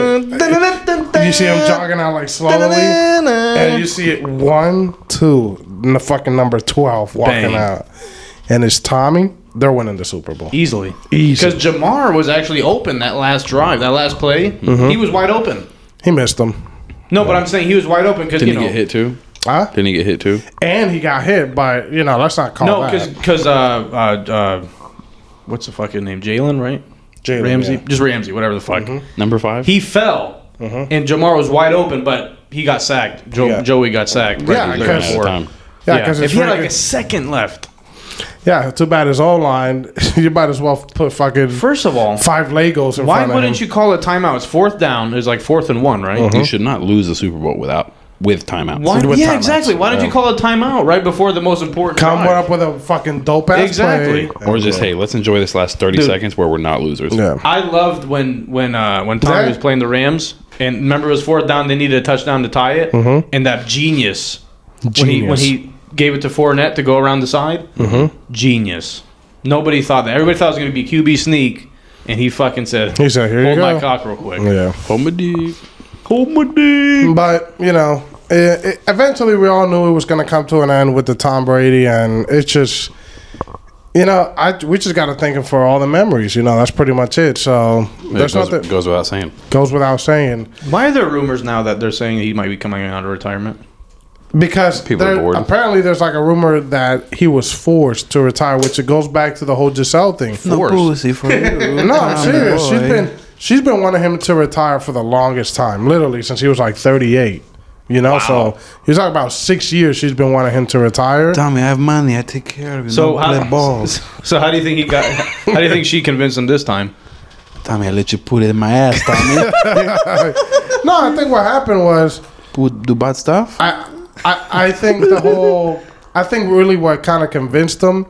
You see him jogging out like slowly. And you see it one, two, and the fucking number 12 walking Bang. out. And it's Tommy. They're winning the Super Bowl. easily, Easy. because Jamar was actually open that last drive, that last play. Mm-hmm. He was wide open. He missed them. No, but I'm saying he was wide open because you Didn't know. he get hit too? Huh? Didn't he get hit too? And he got hit, but, you know, let's not call No, that. because because uh, uh uh, what's the fucking name? Jalen, right? Jalen, Ramsey, yeah. Mm-hmm. just Ramsey, whatever the fuck. Number five. He fell, and Jamar was wide open, but he got sacked. Jo- Yeah. Joey got sacked. Yeah, because- right there Ran out of before. time. Yeah, Yeah, because if he had like a second left, Yeah, too bad his O line. you might as well put fucking first of all, five Legos in why front of wouldn't him. you call a timeout? It's fourth down. It's like fourth and one, right? You should not lose the Super Bowl without with timeouts. Why, With yeah, Mm-hmm. timeouts. exactly. Why don't you call a timeout right before the most important? Come drive? up with a fucking dope ass Exactly. play. Or just hey, let's enjoy this last thirty seconds where we're not losers. Yeah. I loved when when uh, when Tommy That- was playing the Rams, and remember it was fourth down. They needed a touchdown to tie it, Mm-hmm. and that genius, when he when Genius. he gave it to Fournette to go around the side, Mm-hmm. genius. Nobody thought that. Everybody thought it was going to be QB sneak, and he fucking said, He said, "Here you "Hold my go." cock real quick." Yeah. Homedy. Hold my dick. But, you know, it, it, eventually we all knew it was going to come to an end with the Tom Brady, and it's just, you know, I we just got to thank him for all the memories. You know, that's pretty much it. So It there's goes, nothing. goes without saying. Goes without saying. Why are there rumors now that they're saying he might be coming out of retirement? Because People are there- bored. apparently there's like a rumor that he was forced to retire, which it goes back to the whole Giselle thing. Pussy for you. No, I'm serious. She's been she's been wanting him to retire for the longest time, literally since he was like 38. You know, so he was talking about six years she's been wanting him to retire. Tommy, I have money. I take care of you. So So Don't play how, balls. so how do you think he got? How do you think she convinced him this time? Tommy, I let you put it in my ass, Tommy. No, I think what happened was put, do bad stuff. I, I, I think the whole. I think really what kind of convinced him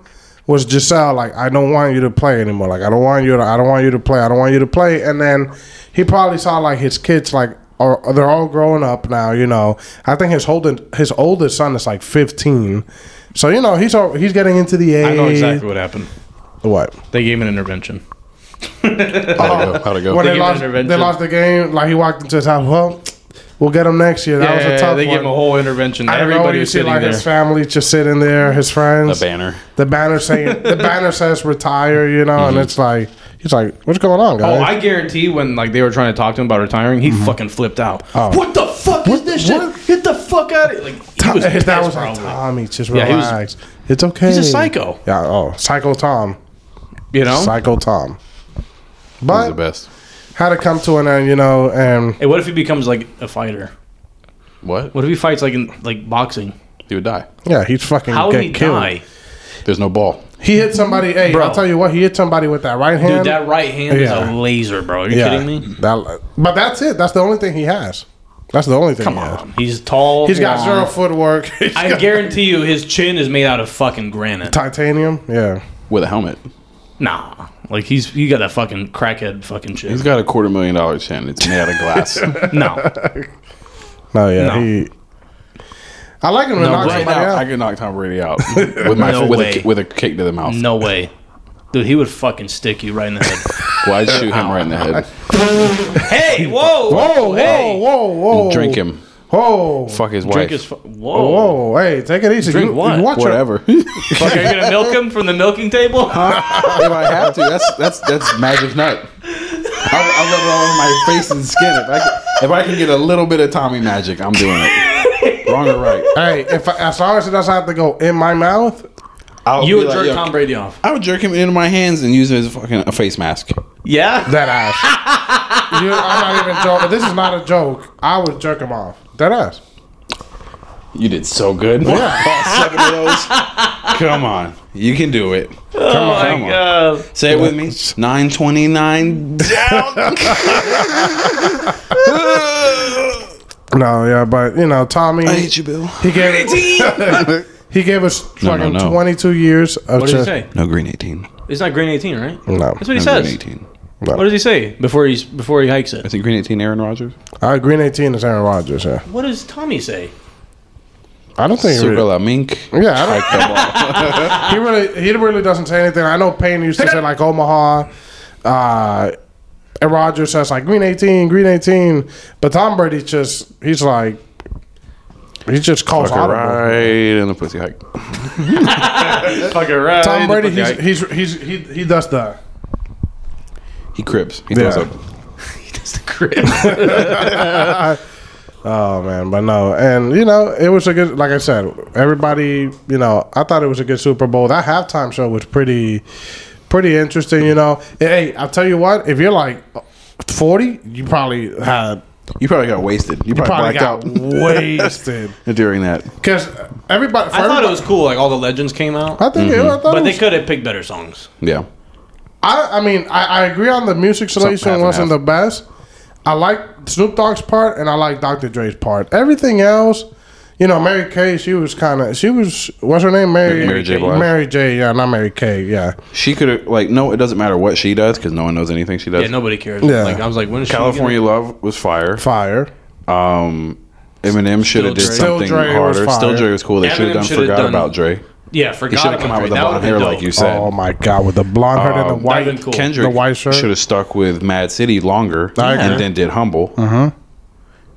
was Giselle. Like, I don't want you to play anymore. Like, I don't want you to. I don't want you to play. I don't want you to play. And then he probably saw like his kids like. Are, they're all growing up now, you know. I think his holding his oldest son is like fifteen, so you know he's all, he's getting into the age. I know exactly what happened. what. They gave him an intervention. How'd it go? When they, They gave him lost, intervention. they lost the game. Like he walked into his house. Well, we'll get him next year. That yeah, was a tough they one. gave him a whole intervention. I don't know Everybody when you was see sitting like there. his family just sitting there, his friends. The banner. The banner saying the banner says retire, you know, and it's like he's like, What's going on, Mm-hmm. Oh, guys? I guarantee when like they were trying to talk to him about retiring, he fucking flipped out. Oh. What the fuck is this what? shit? Get the fuck out of here! Like he Tom- was his pissed, dad was like, probably. Tommy, just Yeah, he was- relax. it's okay. He's a psycho, Yeah, oh, psycho Tom. you know. Psycho Tom. He's But the best. how to come to an end, you know, and Hey, what if he becomes like a fighter? What? What if he fights like in like boxing? He would die. yeah, he's fucking How would get he killed. die, There's no ball. He hit somebody. Hey, Bro. I'll tell you what, he hit somebody with that right hand. dude? That right hand is Yeah. a laser, bro. Are you yeah, kidding me? That, but that's it. That's the only thing he has. That's the only thing Come he has. on, he's tall. He's got long. zero footwork. He's I got- guarantee you, his chin is made out of fucking granite. titanium. Yeah. With a helmet. Nah, like he's he got that fucking crackhead fucking chin. He's got a quarter million dollar chin. It's made out of glass. no, No, yeah. No. He. I like him to knock right somebody now, out. I could knock Tom Brady out with my No with, a, way. ki- with a kick to the mouth. no way, dude. He would fucking stick you right in the head. Well, I'd shoot him right in the head. hey, whoa, whoa, whoa, hey. whoa, whoa. Drink him. Whoa. Fuck his Drink wife. his. Fu- whoa. Whoa, hey, take it easy. Drink you, what? You watch your- Whatever. if Fuck, are you gonna milk him from the milking table? I have to, that's that's that's magic nut. I'll, I'll rub it all over my face and skin it. If I, can, if I can get a little bit of Tommy magic, I'm doing it. Wrong or right? Hey, if I, as long as it doesn't have to go in my mouth, I'll You be would like, jerk yo, Tom Brady off. I would jerk him into my hands and use it as a fucking a face mask. Yeah. that ass. you, I'm not even joking. This is not a joke. I would jerk him off. That ass. You did so good. All seven of those. Come on, you can do it. Oh my on. god. Say it with me. Nine twenty nine. No, yeah, but you know, Tommy. I hate you, Bill. He gave. he gave us No, no, fucking no. 22 years of. What did he just- say? No, green 18. It's not green 18, right? No, That's what he No, says. Green 18. What does he say before he's before he hikes it? Is it Green 18 Aaron Rodgers? uh, Green 18 is Aaron Rodgers. Yeah, What does Tommy say? I don't think. he Super really- La Mink. yeah, I don't, he really he really doesn't say anything. I know Payne used to say like Omaha, uh, and Roger says like Green eighteen, Green eighteen, but Tom Brady just he's like he just calls Fuck audible. right in the pussy hike. Fucking right. Tom Brady he's, he's he's he he does the He crips. He throws Yeah. up. oh man, but no, and you know it was a good like I said everybody you know I thought it was a good Super Bowl. That halftime show was pretty pretty interesting. You know, hey, I'll tell you what if you're like forty, you probably had. You probably got wasted. You probably, probably got blacked wasted out during that. because everybody. for I thought everybody- it was cool. Like all the legends came out, I think it, I thought but it they was, could have picked better songs. Yeah. I, I mean, I, I agree on the music half selection and wasn't half. the best. I like Snoop Dogg's part and I like Dr. Dre's part. Everything else, you know, Mary Kay, she was kind of, she was, what's her name? Mary, Mary J. Blige. Mary J. Yeah, not Mary Kay. Yeah. She could have, like, no, it doesn't matter what she does because no one knows anything she does. Yeah, nobody cares. Yeah. Like I was like, when is she California Love was fire. Fire. Um, Eminem should have did Dre. something Still Dre was harder. fire. Still Dre was cool. They Eminem should have done shoulda Forgot done- About Dre. Gonna, yeah, forgot. He should have come out with the blonde hair like you said. oh my God, with the blonde hair and the Um, white. been cool. Kendrick The white shirt. should have stuck with Mad City longer I agree. and then did Humble. Uh-huh.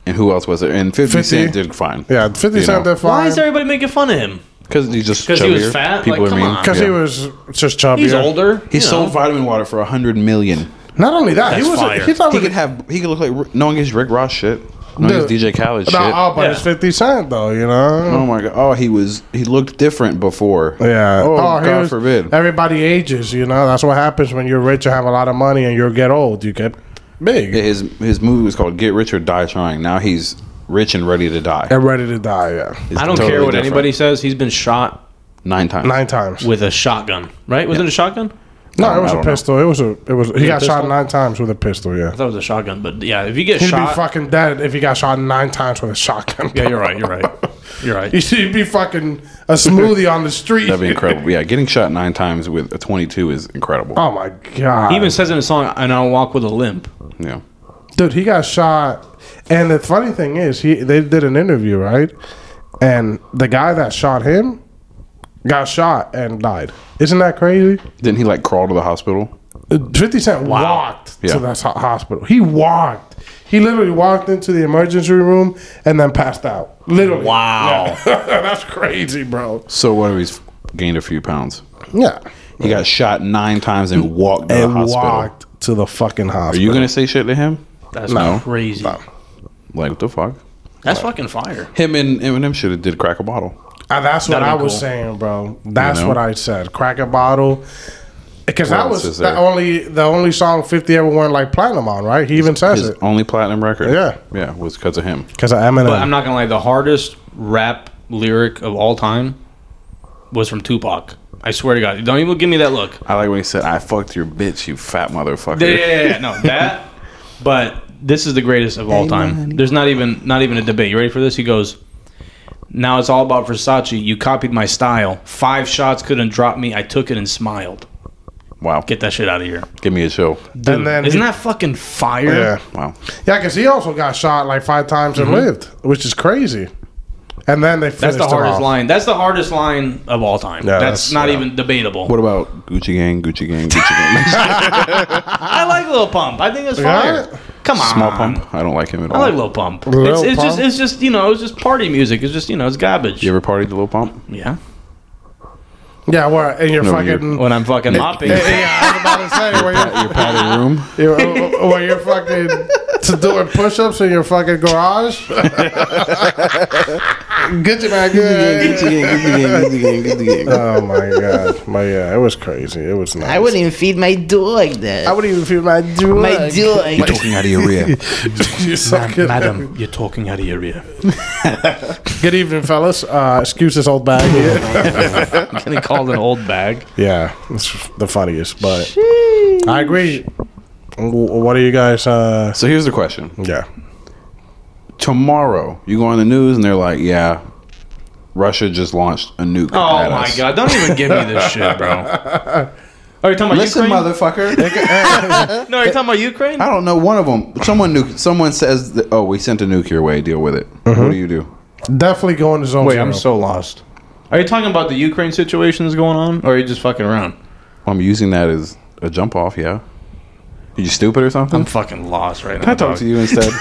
And who else was it? And 50, 50. Cent did fine. Yeah, 50 You Cent know. did fine. Why is everybody making fun of him? Because he's just 'Cause he was chubbier. fat? People Like, are come mean. on. Because Yeah. he was just chubby. He's older. He you sold know. vitamin water for a hundred million. Not only that, That's he was. fire. He thought He could have. He could look like no one gets Rick Ross shit. No one gets Dude. DJ Khaled shit. no, oh, but it's Yeah. 50 Cent though, you know? oh my god. Oh, he was. He looked different before. Yeah. Oh, he God was- forbid. Everybody ages, you know. That's what happens when you're rich and have a lot of money and you get old. You get big. His his movie was called Get Rich or Die Trying. Now he's rich and ready to die. and ready to die. Yeah, It's I don't totally care what different. anybody says. He's been shot Nine times. nine times. with a shotgun, right? Was it a shotgun? No, it was I a don't know. pistol. It was a. It was. He a got shot pistol? nine times with a pistol. Yeah, I thought it was a shotgun, but yeah, if you get he'd be shot, fucking dead if he got shot nine times with a shotgun. yeah, you're right, you're right, you're right. You should be fucking a smoothie on the street. That'd be incredible. Yeah, getting shot nine times with a 22 is incredible. Oh my god! He even says in a song, "And I'll walk with a limp." Yeah. dude, he got shot. And the funny thing is, he they did an interview right, and the guy that shot him got shot and died. Isn't that crazy? Didn't he like crawl to the hospital? Fifty Cent walked Yeah. to that ho- hospital. He walked. He literally walked into the emergency room and then passed out. Literally. Wow. Yeah. That's crazy, bro. So what if he's gained a few pounds? Yeah. He got shot nine times and walked to the And hospital. walked to the fucking Are hospital. you gonna say shit to him? That's crazy. Like what the fuck? That's fucking fire. Him and Eminem should have did crack a bottle. Uh, that's what That'd I be was cool. saying, bro. That's know? what I said. Crack a bottle. Because What that else was is the there? only the only song Fifty ever went like platinum on, right? He even says His it only platinum record. Yeah. Yeah, was because of him. because of Eminem. But I'm not gonna lie, the hardest rap lyric of all time was from Tupac. I swear to God, don't even give me that look. I like when he said, I fucked your bitch, you fat motherfucker. Yeah, yeah, yeah, yeah. no, that. But this is the greatest of all time. There's not even not even a debate. You ready for this? He goes. Now it's all about Versace. You copied my style. Five shots couldn't drop me. I took it and smiled. Wow. Get that shit out of here. Give me a show. and then Isn't he- that fucking fire? yeah, Wow. yeah, because he also got shot like five times Mm-hmm. and lived, which is crazy. And then they That's finished the him hardest off. line. That's the hardest line of all time. Yeah, that's, that's- not yeah. even debatable. What about Gucci Gang, Gucci Gang, Gucci Gang? I like Lil Pump. I think it's Yeah. fire. Come on. Small pump. I don't like him at all. I like Lil Pump. Lil it's it's just Pump? it's just you know it's just party music. It's just you know it's garbage. you ever partied to Lil Pump? yeah. Yeah, where and you're No, fucking. When I'm fucking mopping. yeah, yeah, I was about to say where you're Your padded room? You're, or you're fucking to doing push-ups in your fucking garage. Get your man good. Oh my god, my yeah, it was crazy. It was nice. I wouldn't even feed my dog that. I wouldn't even feel my drug. my dog. Talking out of your rear. You suck it. Madam, you're talking out of your ear. Good evening, fellas. Uh, excuse this old bag. here. Can they call it an old bag? yeah, it's the funniest, but I agree. W- What are you guys? Uh, So here's the question. yeah, tomorrow you go on the news and they're like, yeah, Russia just launched a nuke. Oh at my us. god! Don't even give me this shit, bro. Are you talking about Listen, Ukraine? motherfucker. No, are you talking about Ukraine? I don't know one of them. Someone nuke. Someone says, that, "Oh, we sent a nuke your way. Deal with it." Mm-hmm. What do you do? definitely going to zone. Wait, zero. I'm so lost. Are you talking about the Ukraine situation that's going on, or are you just fucking around? I'm using that as a jump off. Yeah. Are you stupid or something? I'm fucking lost right now. Can I talk to you instead.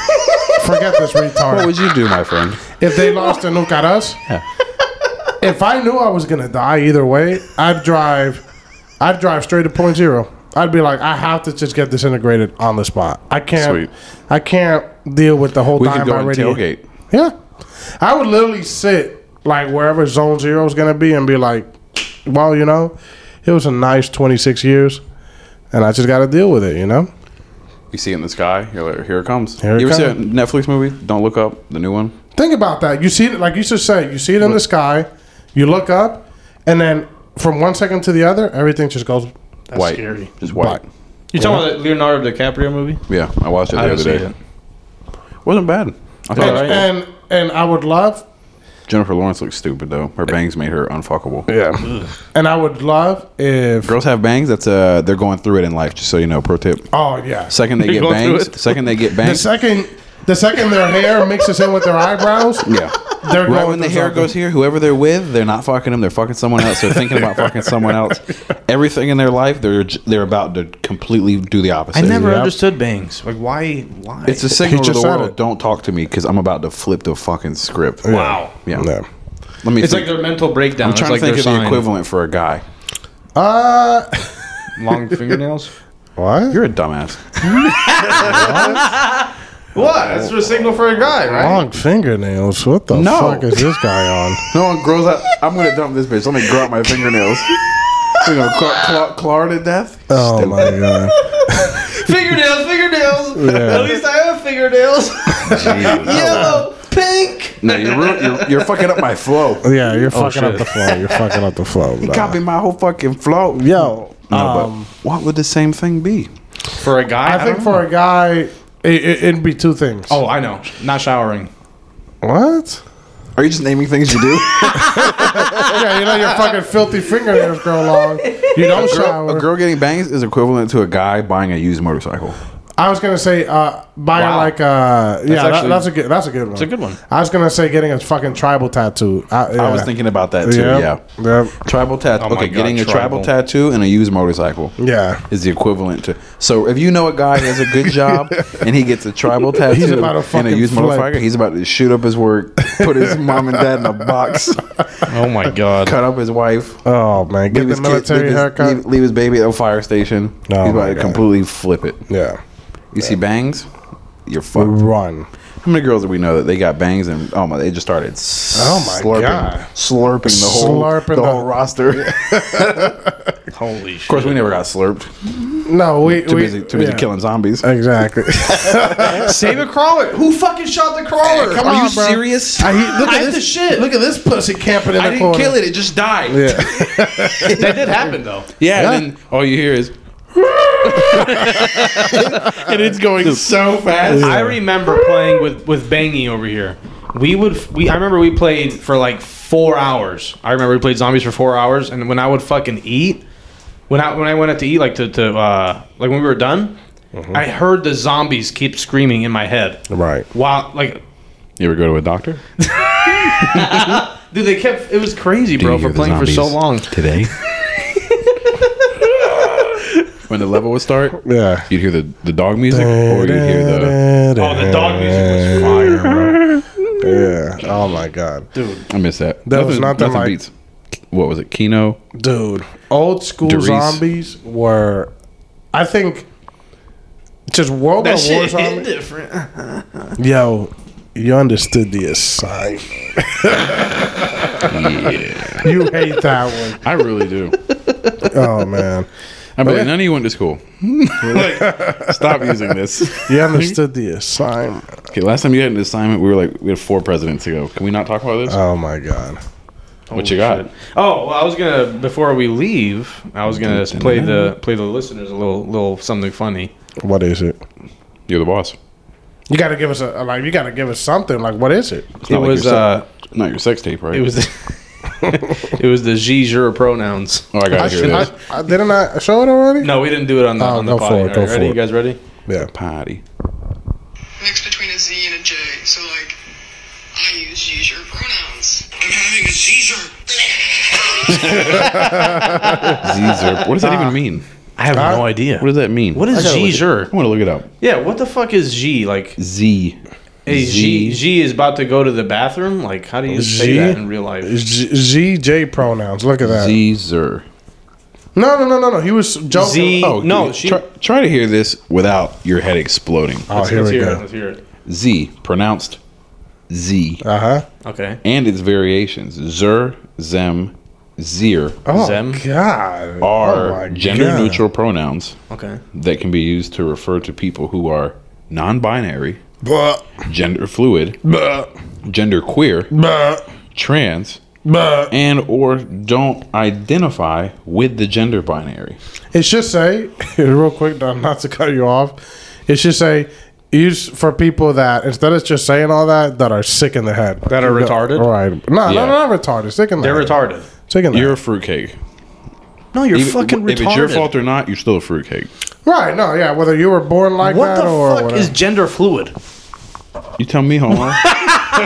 forget this retard. what would you do, my friend? If they lost a nuke at us, if I knew I was gonna die either way, I'd drive, I'd drive straight to point zero. I'd be like, I have to just get disintegrated on the spot. I can't, Sweet. I can't deal with the whole We time could go I and radiate. tailgate. Yeah, I would literally sit like wherever Zone Zero is gonna be and be like, well, you know, it was a nice twenty six years, and I just got to deal with it. You know, You see it in the sky. You're like, here it comes. Here it you ever see comes. that Netflix movie? Don't look up the new one. think about that. You see it, like you just said, you see it in the sky, you look up, and then from one second to the other, everything just goes white. scary. Just white. Black. You talking about the Leonardo DiCaprio movie? Yeah, I watched it the other day. Wasn't bad. I thought it And, was cool. and and I would love, Jennifer Lawrence looks stupid though. Her bangs made her unfuckable. yeah, and I would love if. Girls have bangs. That's uh, they're going through it in life. Just so you know, pro tip. Oh yeah. Second they They're get going through bangs. it? Second they get The bangs. second, the second their hair mixes in with their eyebrows, yeah. they're Right going when the through hair something. goes here, whoever they're with, they're not fucking them. They're fucking someone else. They're thinking about fucking someone else. Everything in their life, they're j- they're about to completely do the opposite. I never understood bangs. Like why? Why? It's a signal to just the said world. it. Don't talk to me because I'm about to flip the fucking script. Wow. Yeah. Yeah. Let me. It's like think. their mental breakdown. I'm trying it's to like think of their the sign. equivalent for a guy. Uh, Long fingernails. what? You're a dumbass. what? That's a signal for a guy, right? Long fingernails. What the No. fuck is this guy on? No one grows out. I'm gonna dump this bitch. Let me grow out my fingernails. You know, claw, claw, claw her to death. Oh my god. Fingernails, fingernails. Yeah. I have fingernails. Jeez. Yellow. pink. No, you're, ru- you're you're fucking up my flow. Yeah, Oh, you're fucking up shit. the flow. You're fucking up the flow. He dog. copied my whole fucking flow. Yo, No, um, but what would the same thing be? For a guy, I, think for a guy, it, it, it'd be two things. Oh, I know. Not showering. what? Are you just naming things you do? Yeah, you know your fucking filthy fingernails grow long. You don't shower. a girl getting bangs is equivalent to a guy buying a used motorcycle. I was gonna say uh, buying Wow. like uh, yeah, that- actually- that's a good that's a good one. It's a good one. I was gonna say getting a fucking tribal tattoo. I, I was yeah. thinking about that too. Yep, Yeah. yep, Tribal tattoo. Oh my okay, God, getting a tribal tribal. tattoo and a used motorcycle yeah. is the equivalent to. So if you know a guy has a good job and he gets a tribal tattoo about and to a fucking used flip. motorcycle, he's about to shoot up his work, put his mom and dad in a box, Oh my god. cut up his wife, Oh man, leave get the his kid- military leave his- haircut. leave, leave his baby at a fire station. Oh he's my about to God. completely flip it. yeah, You see bangs, you're fucked. run. How many girls do we know that they got bangs and oh my, they just started Oh my slurping, God. slurping the whole Slurping the, the- whole roster. of Holy shit. course, we never got slurped. No, we Too we, busy, too busy yeah. killing zombies. Exactly. Save a crawler. Who fucking shot the crawler? Come Are on, you bro. serious? I, he- look at Hide the this shit. Look at this pussy camping in the I didn't corner. kill it. It just died. Yeah. That did happen though. Yeah, and then all you hear is and it's going so fast. I remember playing with with Bangy over here. We would we I remember we played for like four hours. I remember we played zombies for four hours, and when I would fucking eat, when I when I went out to eat, like to to uh, like when we were done, Mm-hmm. I heard the zombies keep screaming in my head. right. Wow, like You ever go to a doctor? dude, they kept it was crazy, bro, hear for the playing for so zombies? long. Today, When the level would start, Yeah. you'd hear the, the dog music or you'd hear the Oh, the dog music was fire, bro. Yeah. Oh my god, I miss that. That was not the nothing mic. beats. What was it? Kino? dude. Old school Doris. zombies were, I think, just World That of War shit hit zombies. different. Yo, you understood the assignment. Yeah. You hate that one. I really do. Oh man, I'm like, none of you went to school. Like, stop using this. you understood the assignment. Okay, last time you had an assignment, we were like, we had four presidents to go. Can we not talk about this? Oh my god. what you got? Oh, well, I was gonna before we leave, I was gonna just play the play the listeners a little little something funny. What is it? You're the boss. You gotta give us a a- like. You gotta give us something. Like, what is it? It not like was your uh, Not your sex tape, right? it was the, it was the G your pronouns. Oh, I gotta I, hear should, this. I, I didn't I show it already? No, we didn't do it on the Oh, on the go for potty. it, All right, go for ready? You it. guys ready? Yeah. Potty. Mixed between a Z and a J. So like, I use use your pronouns. I'm having a seizure. Zerp. What does that even mean? I have Huh? no idea. What does that mean? Uh, What is Giger? I want to look it up. Yeah, what the fuck is G like? Z. Hey, G Z. G is about to go to the bathroom. Like, how do you say G? that in real life? G- Z J pronouns. Look at that. Zer. No, no, no, no, no. He was joking. Z. Oh, no, she. Try, try to hear this without your head exploding. oh here let's we hear it. go. Let's hear it. Z, pronounced Z, Uh huh. Okay. and its variations Zer, Zem, Zir Oh Zem. God. Oh, are my gender God. neutral pronouns Okay. that can be used to refer to people who are non binary, Blah, gender fluid, blah, gender queer, blah, trans, blah. and or don't identify with the gender binary. It should say real quick, not not to cut you off. It should say use for people that instead of just saying all that that are sick in the head That are retarded? Right? No, Yeah. no, no, not retarded. Sick in the They're head. retarded. Sick in the You're a head. fruitcake. No, you're Even- fucking retarded. If it's your fault or not, you're still a fruitcake. Right? No, yeah. Whether you were born like what that the or fuck whatever. is gender fluid? You tell me, Homer.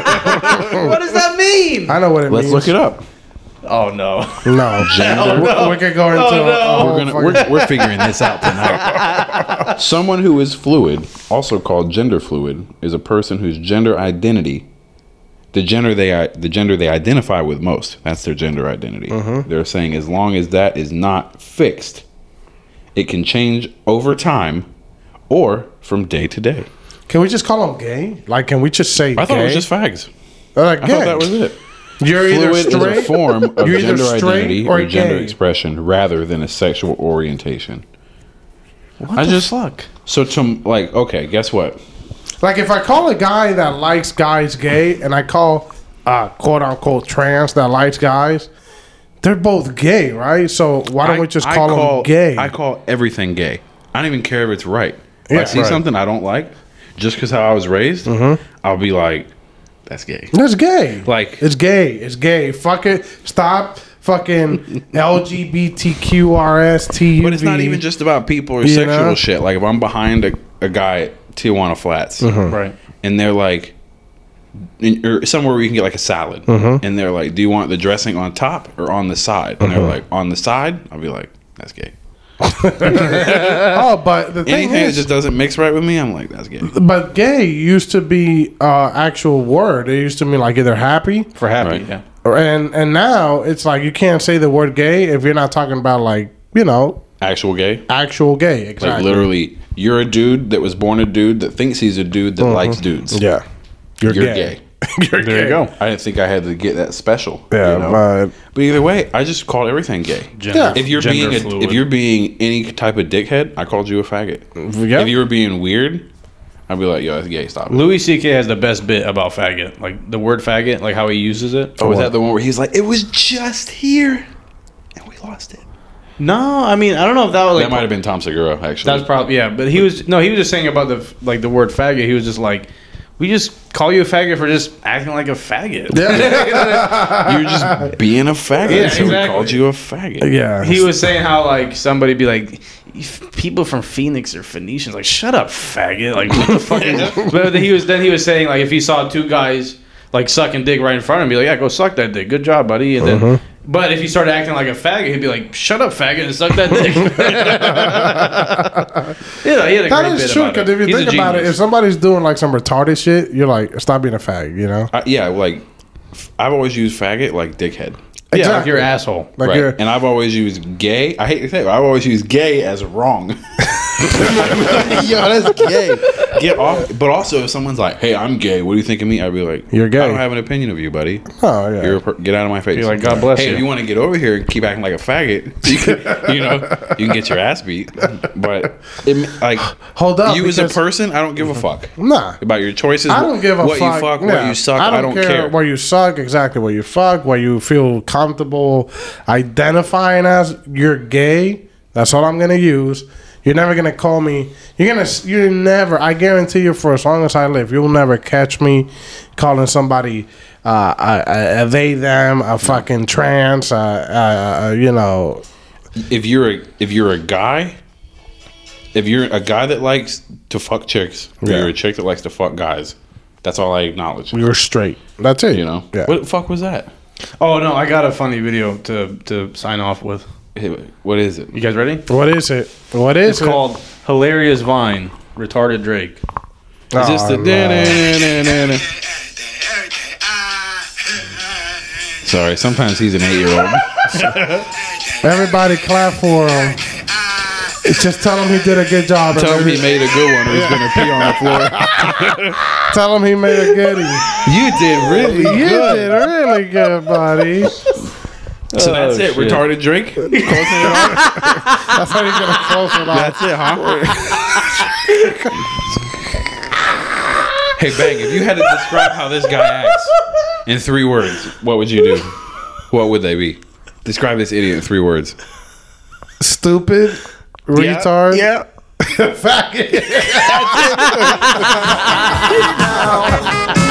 What does that mean? Oh. I know what it Let's means. look it up. Oh no. No, We, we could go into. Oh, no. a, a We're, whole gonna, fucking- we're, we're figuring this out tonight. Someone who is fluid, also called gender fluid, is a person whose gender identity, the gender they i- the gender they identify with most, that's their gender identity. They're saying as long as that is not fixed, it can change over time or from day to day. Can we just call him gay? Like, can we just say? I thought gay? it was just fags. They're like, I gay. thought that was it. You're either Fluid straight is a form of You're either gender straight identity or or, gender gay. expression rather than a sexual orientation. What I the just- fuck? So to like, okay, guess what? Like if I call a guy that likes guys gay, and I call uh, quote unquote trans that likes guys, they're both gay, right? So why don't we just call, them gay? I call everything gay. I don't even care if it's right. If Yeah. I see Right. Mm-hmm. something I don't like, just because how I was raised, I'll be like, that's gay. That's gay. Like- it's gay. It's gay. Fuck it. Stop fucking LGBTQRSTUV. But it's not even just about people or You sexual know? shit. Like if I'm behind a, a guy at Tijuana Flats, Mm-hmm. right, and they're like, in- or somewhere where you can get like a salad, and they're like, "Do you want the dressing on top or on the side?" And they're like, "On the side." I'll be like, "That's gay." Oh, but the thing Anything that is, just doesn't mix right with me, I'm like, "That's gay." but gay used to be uh, actual word. It used to mean like either happy For happy, Right. yeah. or and and now it's like you can't say the word gay if you're not talking about like you know Actual gay. actual gay. Like Exactly. literally, you're a dude that was born a dude that thinks he's a dude that likes dudes. yeah. You're, You're gay. gay. You're There gay. you go. I didn't think I had to get that special. Yeah, you know? but But either way, I just call everything gay. Yeah. If you're Gender being a, fluid. if you're being any type of dickhead, I called you a faggot. yeah. If you were being weird, I'd be like, "Yo, that's gay. Stop." it. Louis C.K. has the best bit about faggot, like the word faggot, like how he uses it. Oh, is that the one where he's like, "It was just here, and we lost it." No, I mean I don't know if that was That like might have been Tom Segura, actually. that's probably yeah, but he was no, he was just saying about the f- like the word faggot. He was just like, we just call you a faggot for just acting like a faggot. you're just being a faggot. Yeah, so we exactly. called you a faggot. yeah. He was saying how like somebody be like, "If people from Phoenix are Phoenicians. Like, shut up, faggot. Like, what the fuck? but then he was then he was saying like if he saw two guys like sucking dick right in front of him, be like, yeah, go suck that dick. Good job, buddy. And then. But if he started acting like a faggot, he'd be like, "Shut up, faggot, and suck that dick." yeah, he had a That great is bit true. about Because it. if you He's a think about it, if genius. somebody's doing like some retarded shit, you're like, stop being a fag. You know, I, yeah, like f- I've always used faggot like dickhead. yeah, like Exactly. you're an asshole. like right. you're And I've always used gay. I hate to say it, but I've always used gay as wrong. Yo, that's gay. Get off. But also, if someone's like, "Hey, I'm gay. What do you think of me?" I'd be like, You're gay. I don't have an opinion of you, buddy. Oh, yeah. You're a per- get out of my face." You're like, "God bless hey, you." if you want to get over here and keep acting like a faggot, you, can, you know, you can get your ass beat. But it, like, Hold up, You as because- a person, I don't give a fuck nah. about your choices. I don't give a what fuck. you fuck, Yeah. what you suck. I don't, care. where you suck. Exactly where you fuck. Where you feel comfortable identifying as you're gay. That's all I'm gonna use. You're never gonna call me. You're gonna. s- You're never. I guarantee you, for as long as I live, you'll never catch me calling somebody uh, a, a, a they them a fucking trans. Uh, uh, uh, you know. if you're a if you're a guy, if you're a guy that likes to fuck chicks, or Yeah. you're a chick that likes to fuck guys, that's all I acknowledge. You're straight. That's it. You know, Yeah. what the fuck was that? Oh no, I got a funny video to to sign off with. Hey, What is it? You guys ready? what is it? What is It's it? called "Hilarious Vine." Retarded Drake. Is this the Oh, da-na-na-na-na? Sorry, sometimes he's an eight year old. Everybody clap for him. It's just tell him he did a good job. Tell him everybody. he made a good one or he's gonna pee on the floor. Tell him he made a goodie. You did really You good. did really good, buddy. So that's it, retarded Drake. Closing it off. That's how you gonna close it off. That's it, huh? hey, Bang, if you had to describe how this guy acts in three words, what would you do? What would they be? Describe this idiot in three words. Stupid, retard. Yeah. Fuck it.